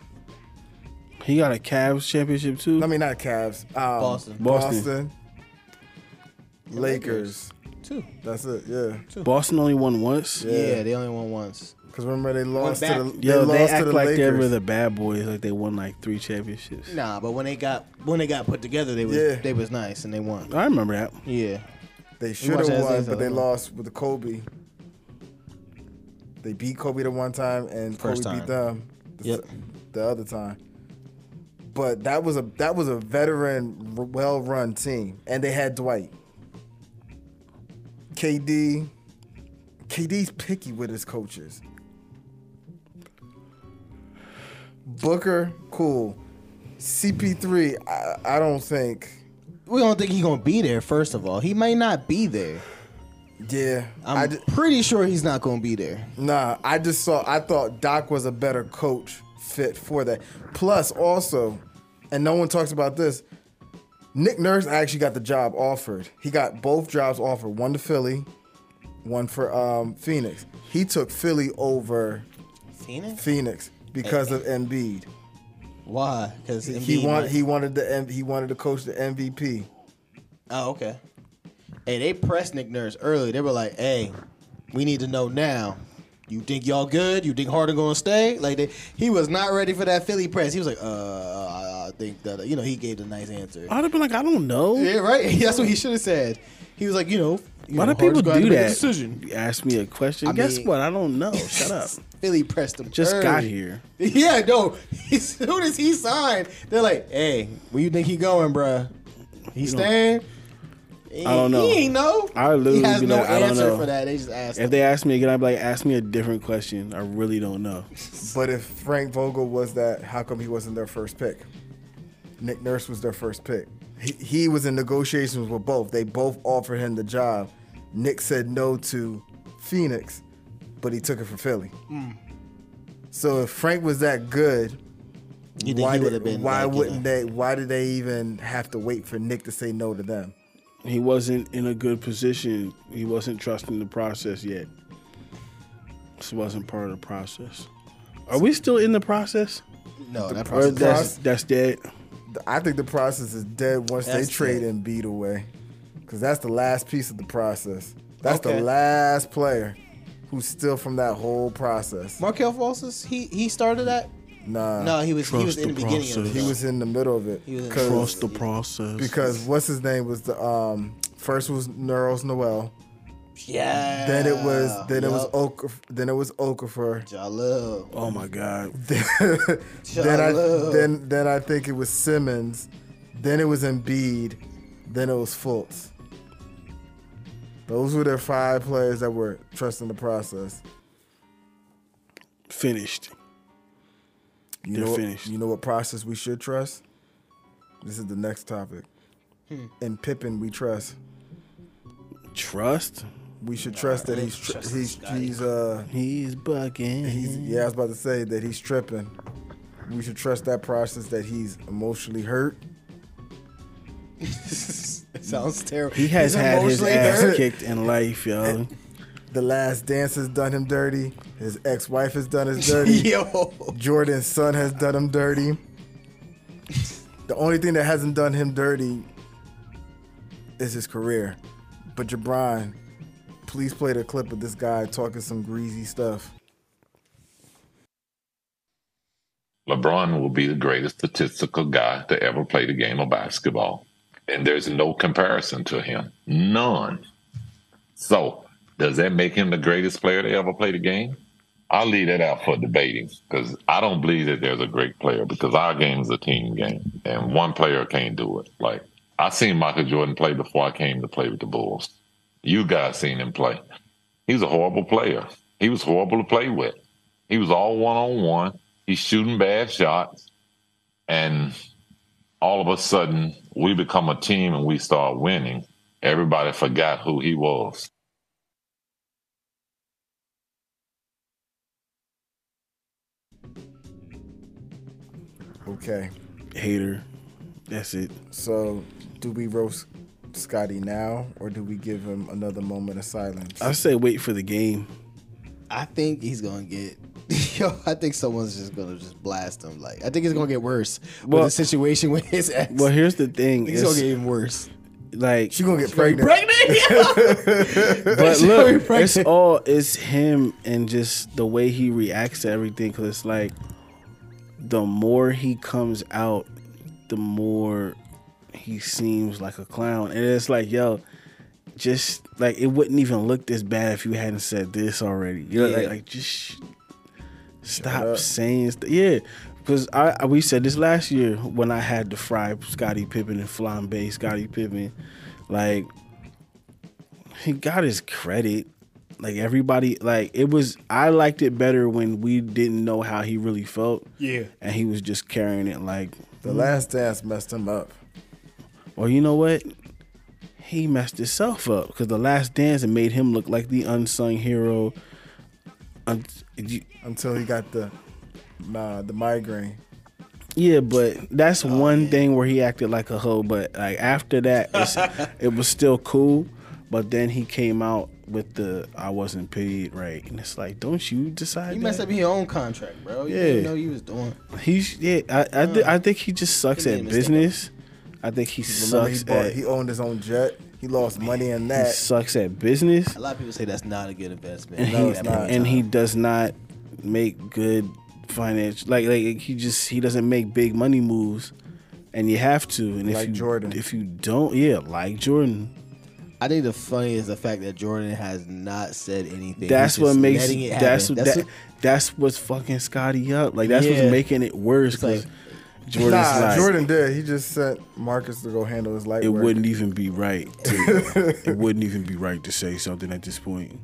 He got a Cavs championship too. I mean, not Cavs. Um, Boston. Boston. Lakers. Lakers. Two. That's it. Yeah. Boston only won once. Yeah. they only won once. Because remember they lost to back. the. They Yo, they, lost to act the like they Lakers. were the bad boys. Like they won like three championships. Nah, but when they got when they got put together, they was Yeah. they was nice and they won. I remember that. Yeah. They should watch have that won, as but they well. lost with the Kobe. They beat Kobe the one time, and First Kobe time. beat them the, Yep. the other time. But that was a that was a veteran, well run team, and they had Dwight, KD. KD's picky with his coaches. Booker, cool. CP3, I, I don't think. We don't think he's gonna be there. First of all, he may not be there. Yeah, I'm I ju- pretty sure he's not gonna be there. Nah, I just saw. I thought Doc was a better coach fit for that. Plus, also, and no one talks about this. Nick Nurse actually got the job offered. He got both jobs offered. One to Philly, one for um, Phoenix. He took Philly over Phoenix? Phoenix because of Embiid. Why? Because He wanted he wanted the M- he wanted to coach the MVP. Oh, okay. Hey, they pressed Nick Nurse early. They were like, "Hey, we need to know now. You think y'all good? You think Harden gonna stay?" Like they, he was not ready for that Philly press. He was like, "Uh, I, I think that you know he gave the nice answer." I'd have been like, I don't know. yeah, right. That's what he should have said. He was like, you know, you Why know, do Harden's people gonna have to do make a that? decision. You ask me a question. I Guess mean- what? I don't know. Shut up. Philly pressed him. Just got early. here. Yeah, no. As soon as he signed, they're like, "Hey, where you think he going, bruh? He staying?" I don't know. He ain't know. I literally he has be no like, I don't answer know. for that. They just asked. If him. they ask me again, I'd be like, ask me a different question. I really don't know. But if Frank Vogel was that, how come he wasn't their first pick? Nick Nurse was their first pick. He, he was in negotiations with both. They both offered him the job. Nick said no to Phoenix, but he took it for Philly. So if Frank was that good, You think why, he would have did, been? why like, you wouldn't know, they? Why did they even have to wait for Nick to say no to them? He wasn't in a good position. He wasn't trusting the process yet. This wasn't part of the process. Are we still in the process? No, that Or process. that's that's dead. I think the process is dead once That's they trade dead. and beat away, because that's the last piece of the process. That's Okay. the last player who's still from that whole process. Markel Falsus, he he started that. Nah, No, he was he Trust was in the the beginning. Of it, process. he though. was in the middle of it was in the because Trust the process. because what's his name was the um first was Neuros Noel, yeah. then it was then it was Ah, Yup. Oka, then it was Okafor. Jalil. oh my god. then I Jalil. then then I think it was Simmons, then it was Embiid, then it was Fultz. Those were their five players that were trusting the process. Finished. You They're know, what- finished. you know what process we should trust? This is the next topic. In Pippen, we trust. Trust. We should trust that he's tr- he's he's uh He's bugging. he's yeah. I was about to say that he's tripping. We should trust that process that he's emotionally hurt. Sounds terrible. he has He's had his emotionally ass hurt. kicked in life, yo. The last dance has done him dirty. His ex-wife has done his dirty. Yo. Jordan's son has done him dirty. The only thing that hasn't done him dirty is his career. But Jabron, please play the clip of this guy talking some greasy stuff. LeBron will be the greatest statistical guy to ever play the game of basketball. And there's no comparison to him. None. So, does that make him the greatest player to ever play the game? I'll leave that out for debating because I don't believe that there's a great player because our game is a team game and one player can't do it. Like, I seen Michael Jordan play before I came to play with the Bulls. You guys seen him play. He's a horrible player. He was horrible to play with. He was all one on one. He's shooting bad shots. And all of a sudden, we become a team and we start winning. Everybody forgot who he was. Okay. Hater. That's it. So, do we roast Scotty now, or do we give him another moment of silence? I say wait for the game. I think he's gonna get. Yo, I think someone's just gonna just blast him. Like, I think it's gonna get worse Well- with the situation with his ex. Well, here's the thing. it's gonna It's, get even worse. like She gonna get pregnant. But Sorry, look, Frank. it's all it's him and just the way he reacts to everything. Cause it's like the more he comes out, the more he seems like a clown. And it's like, yo, just like it wouldn't even look this bad if you hadn't said this already. You know, like, like just sh- stop saying st- yeah. Because I, I we said this last year when I had to fry Scottie Pippen and flambe Scottie Pippen, like he got his credit. Like everybody, like it was. I liked it better when we didn't know how he really felt. Yeah, and he was just carrying it like, the last dance messed him up. well, you know what? He messed himself up because the last dance had made him look like the unsung hero. Un- you- until he got the uh, the migraine. Yeah, but that's one thing where he acted like a hoe. But like after that, it's, it was still cool. But then he came out with the "I wasn't paid right," and it's like, don't you decide? He that? messed up his own contract, bro. You Yeah. didn't know you was doing. He's yeah. I I, thi- I think he just sucks He made a at mistake. business. I think he Remember, sucks he, bought, at he he owned his own jet. He lost money in that. sucks at business, A lot of people say that's not a good investment. and Not he at that point in and time. he does not make good financial like like he just he doesn't make big money moves, and you have to. And if Like you Jordan. if you don't, yeah, like Jordan. I think the funny is the fact that Jordan has not said anything. That's He's just what makes letting it that's happen. what that, that's what's fucking Scotty up. Like that's Yeah. what's making it worse It's like- because Jordan's nah, like, Jordan did. He just sent Marcus to go handle his light it work. wouldn't even be right. To, it wouldn't even be right to say something at this point.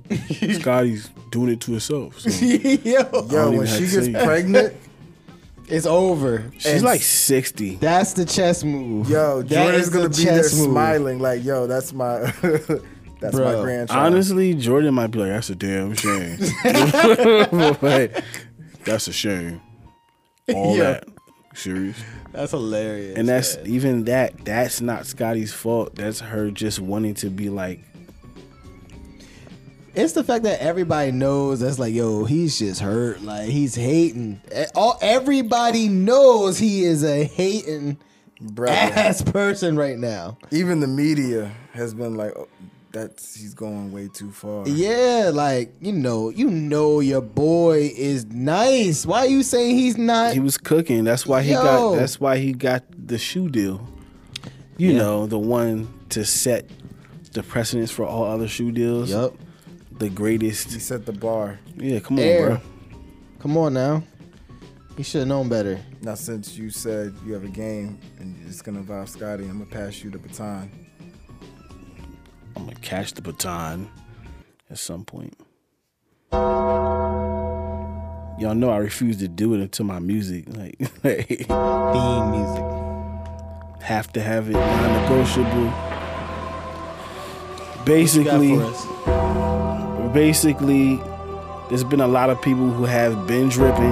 Scotty's doing it to himself. So. She's Yo, Yo, even when have she to gets say it. pregnant, it's over. And like sixty. that's the chess move. yo, That Jordan's is the gonna be there chess move. smiling like, yo, that's my, that's my Bro, grandchild. Honestly, Jordan might be like, "That's a damn shame." Like, that's a shame. All Yeah. that serious, That's hilarious. and that's man. even that. That's not Scotty's fault. That's her just wanting to be like it's the fact that everybody knows that's like, yo, he's just hurt. Like he's hating. Eh, All everybody knows he is a hating Brother. ass person right now. Even the media has been like, oh, that's he's going way too far. Yeah, like you know, you know your boy is nice. Why you saying he's not? he was cooking. That's why he Yo. got. That's why he got the shoe deal. You know, the one to set the precedence for all other shoe deals. Yup. The He greatest. set the bar. Yeah, come Air. on, bro. Come on now. He should have known better. Now, since you said you have a game and it's gonna involve Scotty, I'm gonna pass you the baton. I'm gonna catch the baton at some point. Y'all know I refuse to do it until my music. Like, like Theme music. have to have it non-negotiable. Basically. basically there's been a lot of people who have been dripping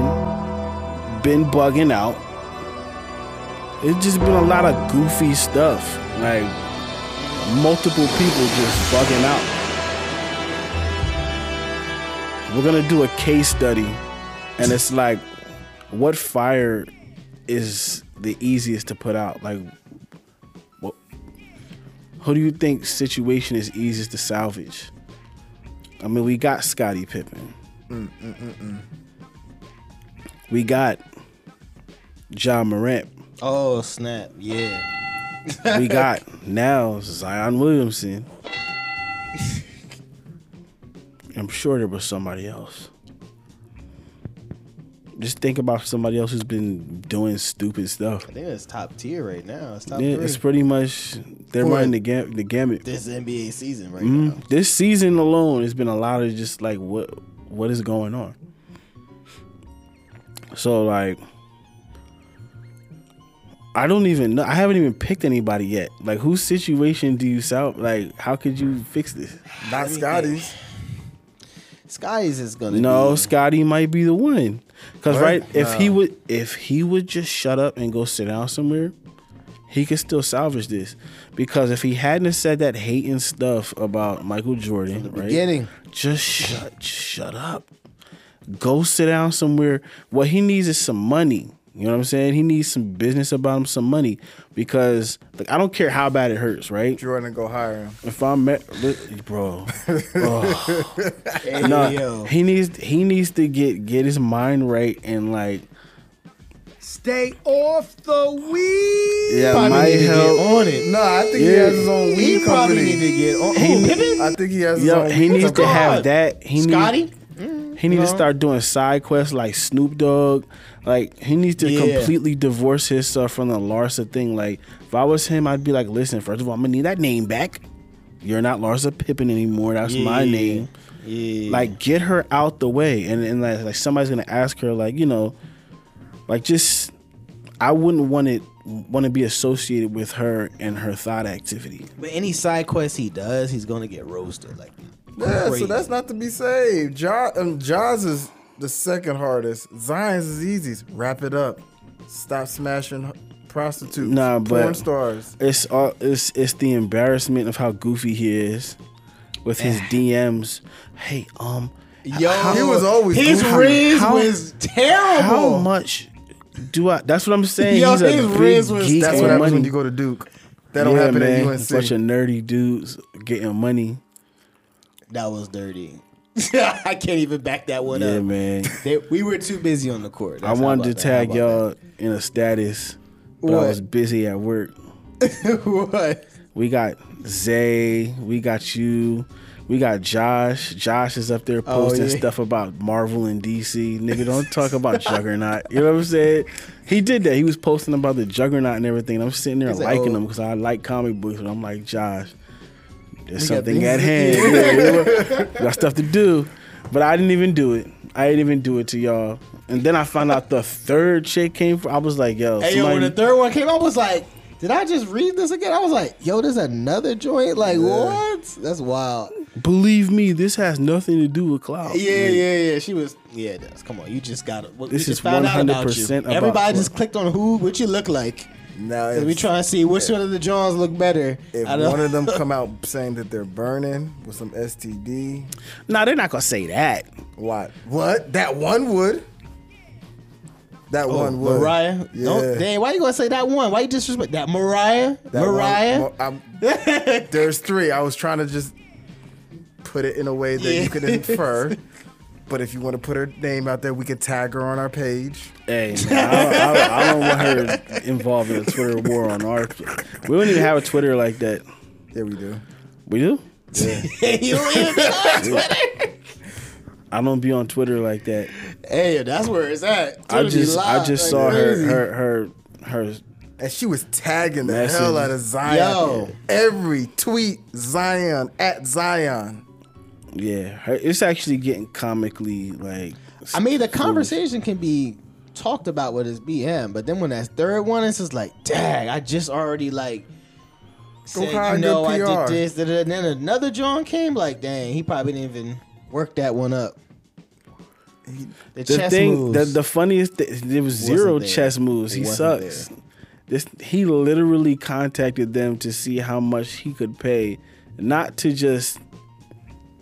been bugging out it's just been a lot of goofy stuff like multiple people just bugging out we're gonna do a case study and it's like what fire is the easiest to put out like what, who do you think situation is easiest to salvage I mean, we got Scottie Pippen. We got John Morant. Oh snap! Yeah, We got now Zion Williamson. I'm sure there was somebody else. Just think about somebody else who's been doing stupid stuff. I think it's top tier right now. It's top Yeah, three. it's pretty much they're Boy. running the, gam- the gamut. this NBA season right now. Mm, This season alone, it's been a lot of just like what what is going on. So like, I don't even know. I haven't even picked anybody yet. Like, whose situation do you solve? Like, how could you fix this? Not Scotty's. Skies is gonna No, be- Scotty might be the one. Cause What? right, if he would, if he would just shut up and go sit down somewhere, he could still salvage this. Because if he hadn't have said that hating stuff about Michael Jordan, right? beginning. just shut, just shut up. Go sit down somewhere. What he needs is some money. You know what I'm saying? He needs some business about him, some money, because like I don't care how bad it hurts, right? Jordan go hire him. If I'm met, bro, oh, Hey, no, yo. he needs he needs to get get his mind right and like Stay off the weed. yeah, Probably might need to get help. on it. No, I think he Yeah. has his own weed He company. probably need to get on. He Who, need- Pippen? I think he has his Yo, own. he weed needs to company. have that. He Scotty? Need, he needs to start doing side quests like Snoop Dogg. Like he needs to Yeah. completely divorce his stuff from the Larsa thing. Like if I was him, I'd be like, listen, first of all, I'm gonna need that name back. You're not Larsa Pippen anymore. That's my Yeah. name. Yeah. Like get her out the way, and and like, like somebody's gonna ask her, like you know, like just I wouldn't want it want to be associated with her and her thought activity. But any side quest he does, he's gonna get roasted. Like, Yeah, crazy. so that's not to be saved. Ja, um, Jaws is the second hardest. Zion's is easy. Wrap it up. Stop smashing h- prostitutes. Nah, but- porn stars. It's all it's it's the embarrassment of how goofy he is with his DMs. Hey, um, yo, He was always his goofy. riz How- was terrible. how much do I? That's what I'm saying. Yo, He's a his big riz was- geek That's on what happens money. when you go to Duke. That don't yeah, happen man. at A UNC. bunch of nerdy dudes getting money. that was dirty. I can't even back that one Yeah, up. man. They, we were too busy on the court. I That's- how wanted to about that? How tag about y'all in a status, but What? I was busy at work. that? what? We got Zay. We got you. We got Josh. Josh is up there Oh, posting yeah. stuff about Marvel and DC. Nigga, don't talk about Juggernaut. You know what I'm saying? He did that. He was posting about the Juggernaut and everything. I'm sitting there He's like, liking oh. him because I like comic books, and I'm like, Josh, there's got something things at to hand. Yeah, you know, got stuff to do, but I didn't even do it. I didn't even do it to y'all. And then I found out the third chick came. From, I was like, yo, Hey, yo, when the somebody- third one came, I was like, did I just read this again? I was like, yo, there's another joint. Like, what? That's wild. believe me, this has nothing to do with cloud. Yeah, yeah, yeah. She was. Yeah, it does. come on. You just got to. Mm. This just is found out about you. 100% about Everybody just what- clicked on who, what you look like. now, And we if, trying to see which one of the Johns look better. if out of- one of them come out saying that they're burning with some STD, No, they're not gonna say that. what? What? That one would. That Oh, one would. Mariah. Yeah. Don't, dang, why you gonna say that one? Why you disrespect that Mariah? That one- Mariah. Mar- I'm- there's three. I was trying to just put it in a way that you could infer. But if you want to put her name out there, we could tag her on our page. Hey, man, I, don't- I don't- I don't want her involved in a Twitter war on our. We don't even have a Twitter like that. Yeah, we do. We do. you don't even know. I don't be on Twitter like that. hey, that's where it's at. I Twitter be just I live just like saw her crazy. her her her. And she was tagging the Message. hell out of Zion. Yo. Every tweet, Zion at Zion. Yeah, her, it's actually getting comically like. I mean, the conversation can be talked about with his BM, but then when that third one, it's just like, dang, I just already like said, hire you know, good I PR. did this, da, da, da. and then another John came, like, dang, he probably didn't even work that one up. The, The chess thing, the, moves. the funniest, thi- there was zero there. chess moves. It He wasn't sucks. This he literally contacted them to see how much he could pay, not to just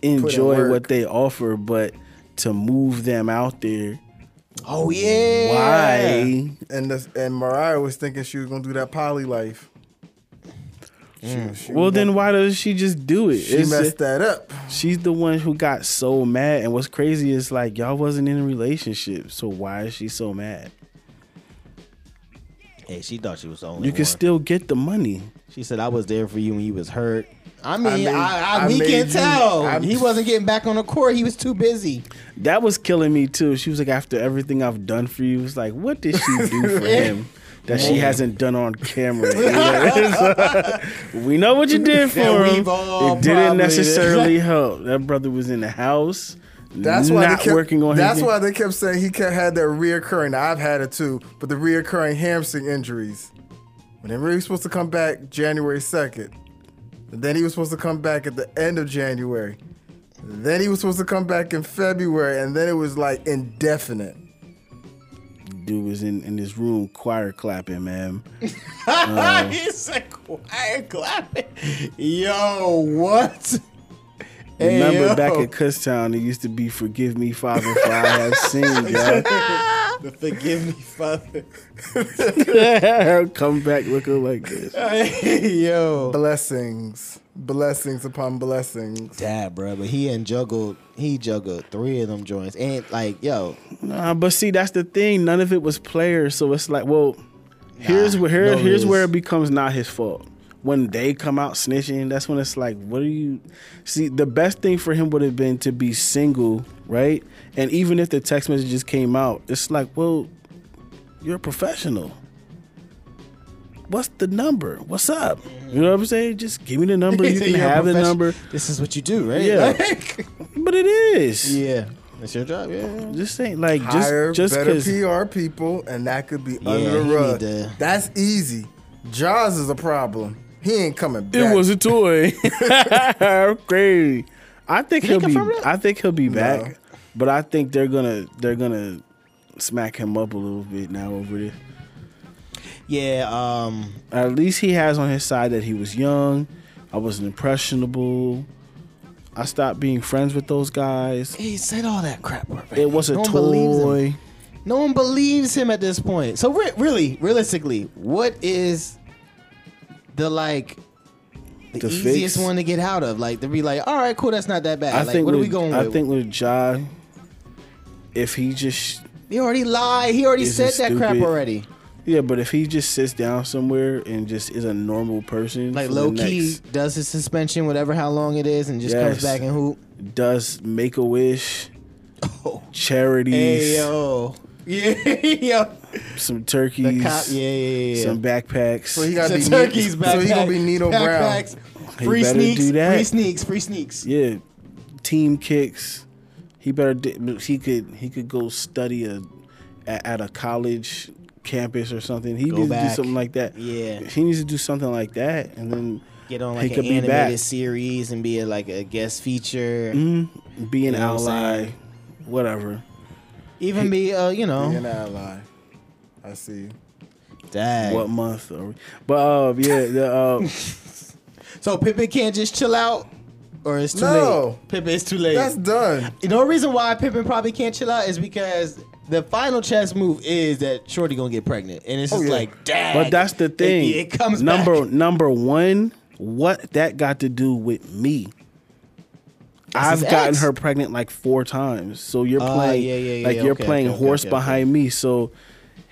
enjoy work. what they offer, but to move them out there. oh yeah, Why? And this, and Mariah was thinking she was gonna do that poly life. She, she Well, was then gonna- why does she just do it? she It's- messed that up. She's the one who got so mad. And what's crazy is like y'all wasn't in a relationship, so why is she so mad? Hey, she thought she was the only You can one. still get the money. She said, "I was there for you when you was hurt." I mean, I, made- I- I we made can you- tell I'm- he wasn't getting back on the court. He was too busy. That was killing me too. She was like, after everything I've done for you, it's like, what did she do for him that she hasn't done on camera? we know what you did for And him. we've all It didn't probably- necessarily help. That brother was in the house. That's why not they kept, working on. That's his why they kept saying he kept had that reoccurring. Now, I've had it too, but the reoccurring hamstring injuries. When they were supposed to come back January second, then he was supposed to come back at the end of January. Then he was supposed to come back in February, and then it was like indefinite. dude was in in his room choir clapping, man. Uh, he said, "Quiet clapping." Yo, what? Hey, Remember yo. back at Kutztown, it used to be "Forgive me, Father, for I have sinned." Forgive me, Father. Y'all. Come back looking like this. Yo, Blessings, blessings upon blessings. dad, bro. But he and juggled. He juggled three of them joints, and like, yo, Nah, Uh, but see, that's the thing. None of it was players, so it's like, well, here's where here, no, it here's is. where it becomes not his fault. When they come out snitching, that's when it's like, what are you? See, the best thing for him would have been to be single, right? And even if the text messages came out, it's like, well, you're a professional. What's the number? What's up? You know what I'm saying? Just give me the number. You can You're a have the profession- number. This is what you do, right? Yeah. Like- But it is. yeah, it's your job. Yeah. Just saying, like, just Hire just better 'cause- PR people, and that could be he under the rug. need to- That's easy. Jaws is a problem. He ain't coming back. It was a toy. Crazy. I think he'll be. I think he'll be back, but I think they're gonna they're gonna smack him up a little bit now over this. Yeah. Um. At least he has on his side that he was young. I wasn't impressionable. I stopped being friends with those guys. He said all that crap. bro. It was a No one believes him. toy. No one believes him at this point. So re- really, realistically, what is the like the, The easiest fix? one to get out of? Like to be like, all right, cool, that's not that bad. I like, think what are with, we going I with? think with Ja, if he just he already lied. He already This said is that crap stupid. already. yeah, but if he just sits down somewhere and just is a normal person, Like for the low key next- does his suspension, whatever how long it is, and just Yes. comes back and hoop. does Make a Wish, Oh. charities, Hey yo, yeah, yo, some the turkeys, cop, yeah, yeah, yeah. some backpacks. So he got The to be turkeys back. So he gonna be Nino Brown. He Free better sneaks, do that. free sneaks, free sneaks. yeah, team kicks. He better. di- He could. He could go study a, at, at a college campus or something. He Go needs to do back. something like that. Yeah. he needs to do something like that, and then Get on He like an could be back. animated series and be like a guest feature. Mm-hmm. be an You know what I'm ally, saying? whatever. Even be, uh, you Be know, an ally. I see. dad. What month? Are we? But uh, yeah, the, uh, So Pippin can't just chill out, or it's too No. late. Pippin, it's too late. That's done. the only reason why Pippin probably can't chill out is because the final chess move is that Shorty gonna get pregnant, and it's Oh, just yeah. like, dad. But that's the thing. It, it comes number back. number one. What that got to do with me? That's his I've gotten ex. her pregnant like four times. So you're Ah, playing yeah, yeah, yeah, like yeah. you're Okay, playing okay, okay, horse okay, okay. behind me. So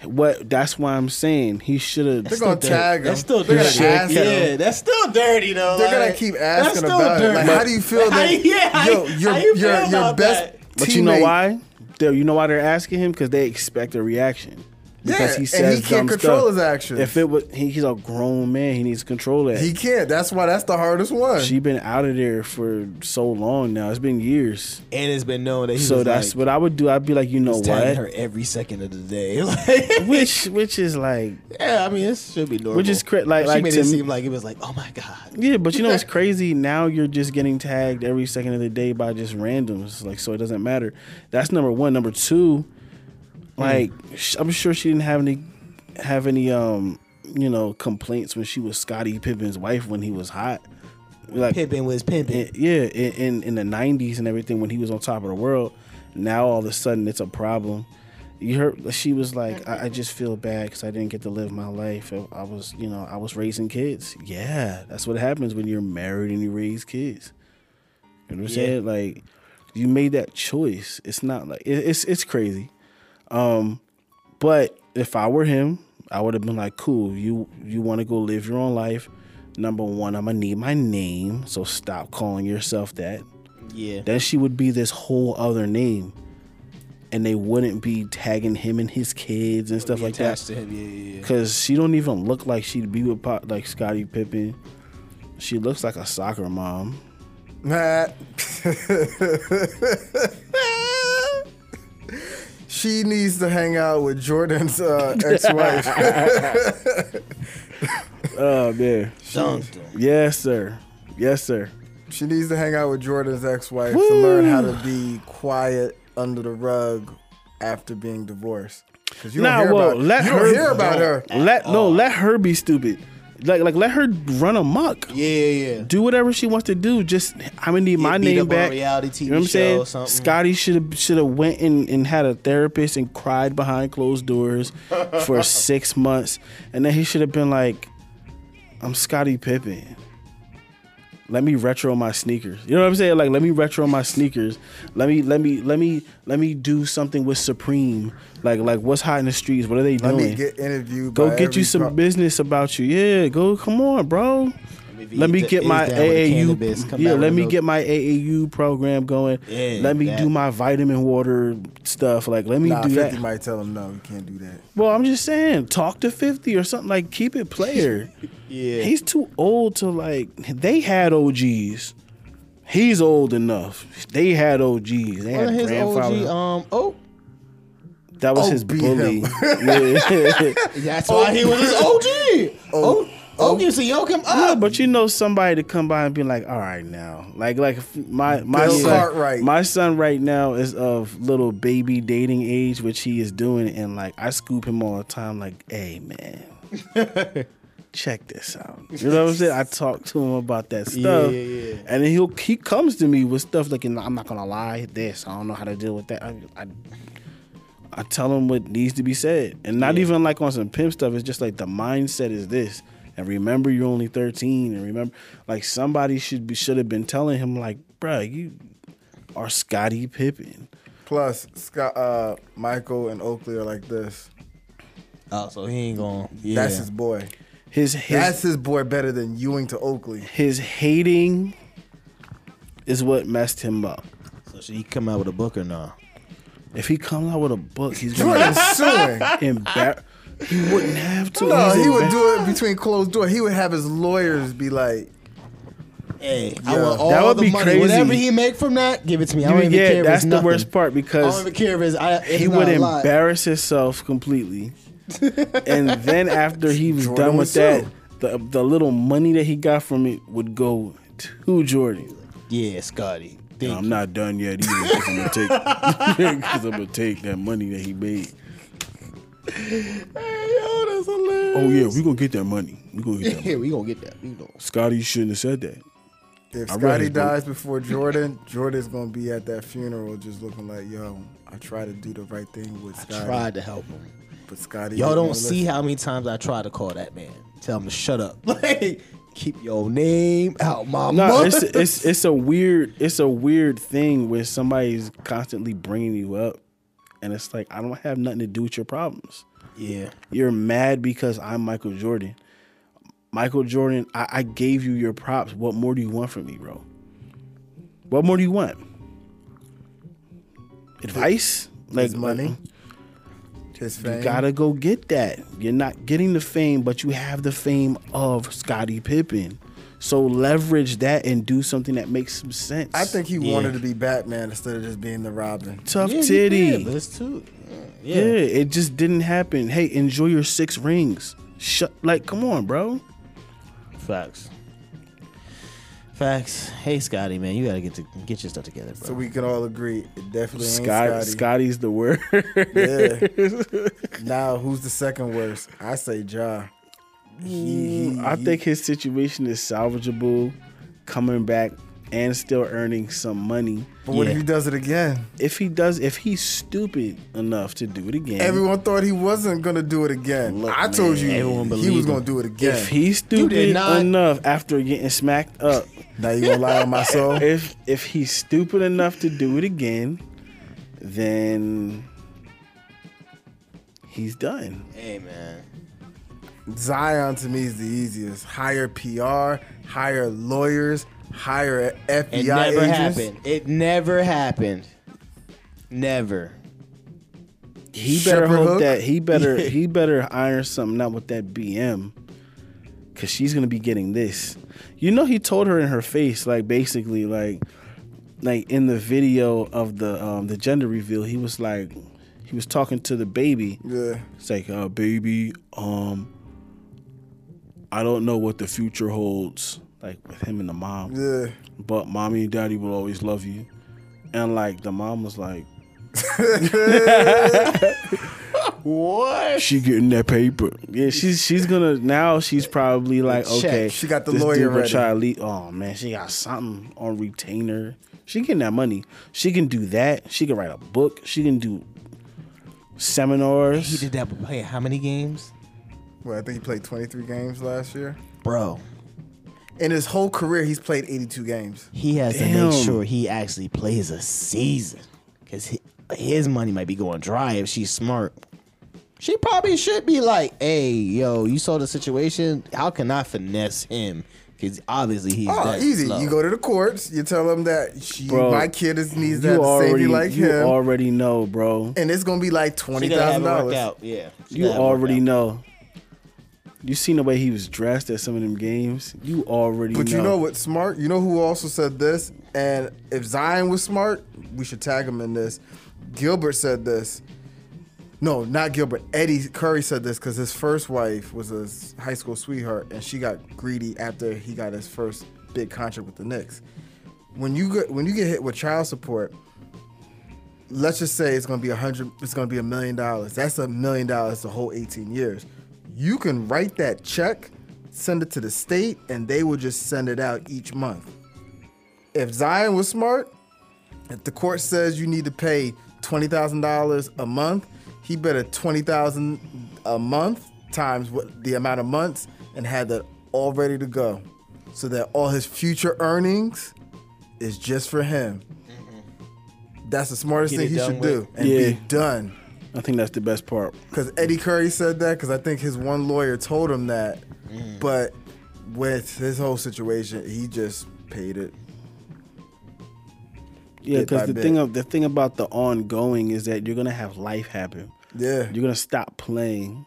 what? That's why I'm saying he should They're have. gonna Dirty. tag him. That's still They're dirty. gonna ask yeah, him. that's still dirty though. They're gonna like, keep that's asking still about it. Like, dirty. how do you feel How- that? yeah, how- yo, your how you your, feel your about best that? But you know teammate- why? They- You know why they're asking him because they expect a reaction. Because Yeah, he and says he can't dumb control stuff. his actions. If it was, he, he's a grown man. He needs to control that. He can't. That's why. That's the hardest one. she been out of there for so long now. It's been years. And it's been known that he So was that's like, what I would do. I'd be like, you know was tagging her what? every second of the day. Like, Which which is like yeah, I mean, this should be normal. Which is cra- like- she like made to it me- seem like it was like, oh my god. yeah, but you know it's crazy. Now you're just getting tagged every second of the day by just randoms. Like so it doesn't matter. That's number one. Number two, like sh I'm sure she didn't have any have any um you know complaints when she was Scottie Pippen's wife when he was hot. Like Pimpin was pimping. in- yeah, in, in in the '90s and everything when he was on top of the world. Now all of a sudden it's a problem. You heard she was like, I, I just feel bad because I didn't get to live my life. I, I was, you know, I was raising kids. Yeah, that's what happens when you're married and you raise kids. You know what I'm Yeah. saying? Like, you made that choice. It's not like it, it's it's crazy. Um, but if I were him, I would have been like, cool, you you want to go live your own life. Number one, I'm gonna need my name, so stop calling yourself that. Yeah. Then she would be this whole other name, and they wouldn't be tagging him and his kids and stuff Be like that. attached to him. Yeah, yeah, yeah. Cause she don't even look like she'd be with pop, like Scottie Pippen. She looks like a soccer mom. Nah. she needs to hang out with Jordan's uh, ex-wife. Oh man. Dun, dun. Yes, sir. Yes, sir. she needs to hang out with Jordan's ex-wife to learn how to be quiet under the rug after being divorced. Because you don't Nah, hear well, about, let you don't her hear about her. Let no, let her be stupid. Like like let her run amok. Yeah, yeah, yeah. Do whatever she wants to do. Just I'm gonna need my beat up on name a back. reality TV you know what I'm show saying? or something. Scotty should have should have went and, and had a therapist and cried behind closed doors for six months, and then he should have been like, "I'm Scotty Pippen. Let me retro my sneakers. You know what I'm saying? Like let me retro my sneakers. Let me let me let me let me do something with Supreme. Like like what's hot in the streets? What are they Let doing? me get interviewed. Go by get every you some pro- business about you. Yeah, go. Come on, bro. If he Let me d- get is my down with the cannabis, AAU. come Yeah, back let with me a- get my AAU program going. Yeah, let me that. do my vitamin water stuff. Like, let me Nah, do 50 that. might tell him no, you can't do that. Well, I'm just saying, talk to 50 or something. Like, keep it player. Yeah. He's too old to, like, they had OGs. He's old enough. They had OGs. They One of had his OG, grandfathers. um, oh, that was his OB bully. him. Yeah. that's Oh. why he was his OG. Oh, oh, you see, yo, come Yeah, up. but you know somebody to come by and be like, "All right now," like like if my my Bill son, Cartwright. my son right now is of little baby dating age, which he is doing, and like I scoop him all the time, like, "Hey man, check this out." You know what I'm saying? I talk to him about that stuff, yeah, yeah. and then he'll he comes to me with stuff like, "I'm not gonna lie, this I don't know how to deal with that." I, I I tell him what needs to be said, and not even like on some pimp stuff. It's just like the mindset is this, and remember you're only 13, and remember like somebody should be should have been telling him like, bruh, you are Scottie Pippen. Plus, Scott, uh, Michael and Oakley are like this. Oh, so he ain't going. Yeah. That's his boy. His his That's his boy better than Ewing to Oakley. his hating is what messed him up. so should he come out with a book or not? If he comes out with a book, he's Jordan gonna suing. embarrass. He wouldn't have to. No, He's he would embar- do it between closed door. He would have his lawyers be like, Hey, I Yeah. want all That would the be money. crazy. Whatever he make from that, give it to me. I don't even yeah, care. that's if it's the nothing. worst part I because don't even care if it's. I, it's he not would a lot. embarrass himself completely. and then after he was Jordan done would with that, the the little money that he got from it would go to Jordan. Yeah, Scotty. Thank I'm not done yet either because I'm gonna take because I'm gonna take that money that he made. yo, that's hilarious. Oh yeah, we gonna get that money. We gonna get that. Yeah, Money. we gonna get that. We gonna. Scotty you shouldn't have said that. if I read Scotty his book. dies before Jordan, Jordan's gonna be at that funeral just looking like, yo, I tried to do the right thing with Scotty, Tried to help him. but Scotty, Y'all didn't don't listen." see how many times I try to call that man. Tell him to shut up. Like, keep your name out my No, mouth. it's it's it's a weird it's a weird thing where somebody's constantly bringing you up, and it's like I don't have nothing to do with your problems. yeah. You're mad because I'm Michael Jordan. Michael Jordan, I, I gave you your props. What more do you want from me, bro? What more do you want? Advice? Like his money, his fame. You gotta go get that. You're not getting the fame, but you have the fame of Scottie Pippen. So leverage that and do something that makes some sense. I think he wanted to be Batman instead of just being the Robin. tough he titty. did, but it's too. Yeah. Yeah, it just didn't happen. Hey, enjoy your six rings. Shut like, come on, bro. Facts. Facts. Hey, Scotty, man, you gotta get to get your stuff together, bro. So we can all agree, it definitely ain't Scott, Scotty. Scotty's the word. Now, who's the second worst? I say Ja. He, Mm, he, I think his situation is salvageable, coming back and still earning some money. but what if yeah. Mm. he does it again? If he does, if he's stupid enough to do it again, Everyone thought he wasn't gonna do it again. I told you everyone he believed was gonna him. do it again. if he's did stupid not- enough after getting smacked up, now you gonna lie on my soul? if if he's stupid enough to do it again, then he's done. Hey, man. Zion to me is the easiest. Hire PR, hire lawyers, hire FBI It never agents. happened. It never happened. Never. He better Shepherd hope Hook? that he better he better iron something out with that BM, cause she's gonna be getting this. You know, he told her in her face, like basically, like like in the video of the um the gender reveal, he was like, he was talking to the baby. Yeah. It's like, uh, baby, um, I don't know what the future holds. Like with him and the mom, Yeah. but mommy and daddy will always love you. And like the mom was like, What? she getting that paper. Yeah, she's she's gonna now. She's probably like, check. okay, She got the this lawyer dude will ready. Try to leave. Oh man, she got something on retainer. She getting that money. She can do that. She can write a book. She can do seminars. He did that but play how many games? Well, I think he played 23 games last year. Bro, In his whole career, he's played 82 games. he has to Damn. make sure he actually plays a season. Cause hi- his money might be going dry if she's smart. She probably should be like, hey, yo, you saw the situation. How can I finesse him? Cause obviously he's Oh, that easy. slow. You go to the courts. You tell them that she, Bro, my kid is needs you that already safety like you him, already know, bro. and it's gonna be like She twenty gotta have thousand it worked dollars. out. Yeah, she You gotta have it worked already out. know. You seen the way he was dressed at some of them games. You already But know. you know what? Smart. You know who also said this? And if Zion was smart, we should tag him in this. Gilbert said this. No, not Gilbert. Eddie Curry said this because his first wife was a s- high school sweetheart, and she got greedy after he got his first big contract with the Knicks. When you get when you get hit with child support, let's just say it's gonna be a hundred. It's gonna be a million dollars. That's a million dollars the whole 18 years. You can write that check, send it to the state, and they will just send it out each month. If Zion was smart, if the court says you need to pay twenty thousand dollars a month, he better twenty thousand a month times what the amount of months and had that all ready to go, so that all his future earnings is just for him. That's the smartest Mm-hmm. Get it thing he done should with. do and Yeah. be done. I think that's the best part. Because Eddie Curry said that, because I think his one lawyer told him that. Mm. But with his whole situation, he just paid it. Yeah, Bit by because the bit. thing of the thing about the ongoing is that you're gonna have life happen. Yeah. You're gonna stop playing,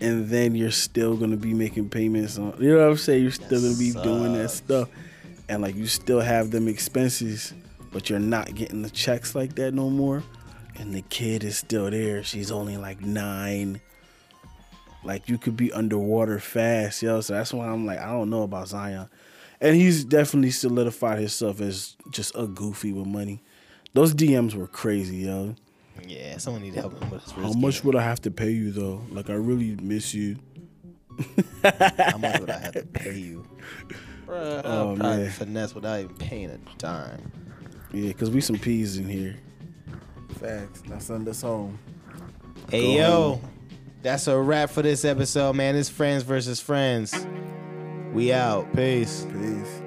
and then you're still gonna be making payments on. You know what I'm saying? You're still gonna be doing that stuff, and like you still have them expenses, but you're not getting the checks like that no more. And the kid is still there. She's only like nine. Like you could be underwater fast, yo. So that's why I'm like, I don't know about Zion. And he's definitely solidified himself as just a goofy with money. Those DMs were crazy, yo. Yeah, someone need to help him with his How risk. much would I have to pay you though? Like I really miss you. How much would I have to pay you? Bruh, I'll Oh, probably man. finesse without even paying a dime. Yeah, cause we some peas in here. Facts. Now send us home. Hey yo, that's a wrap for this episode, man. It's friends versus friends. We out. Peace. Peace.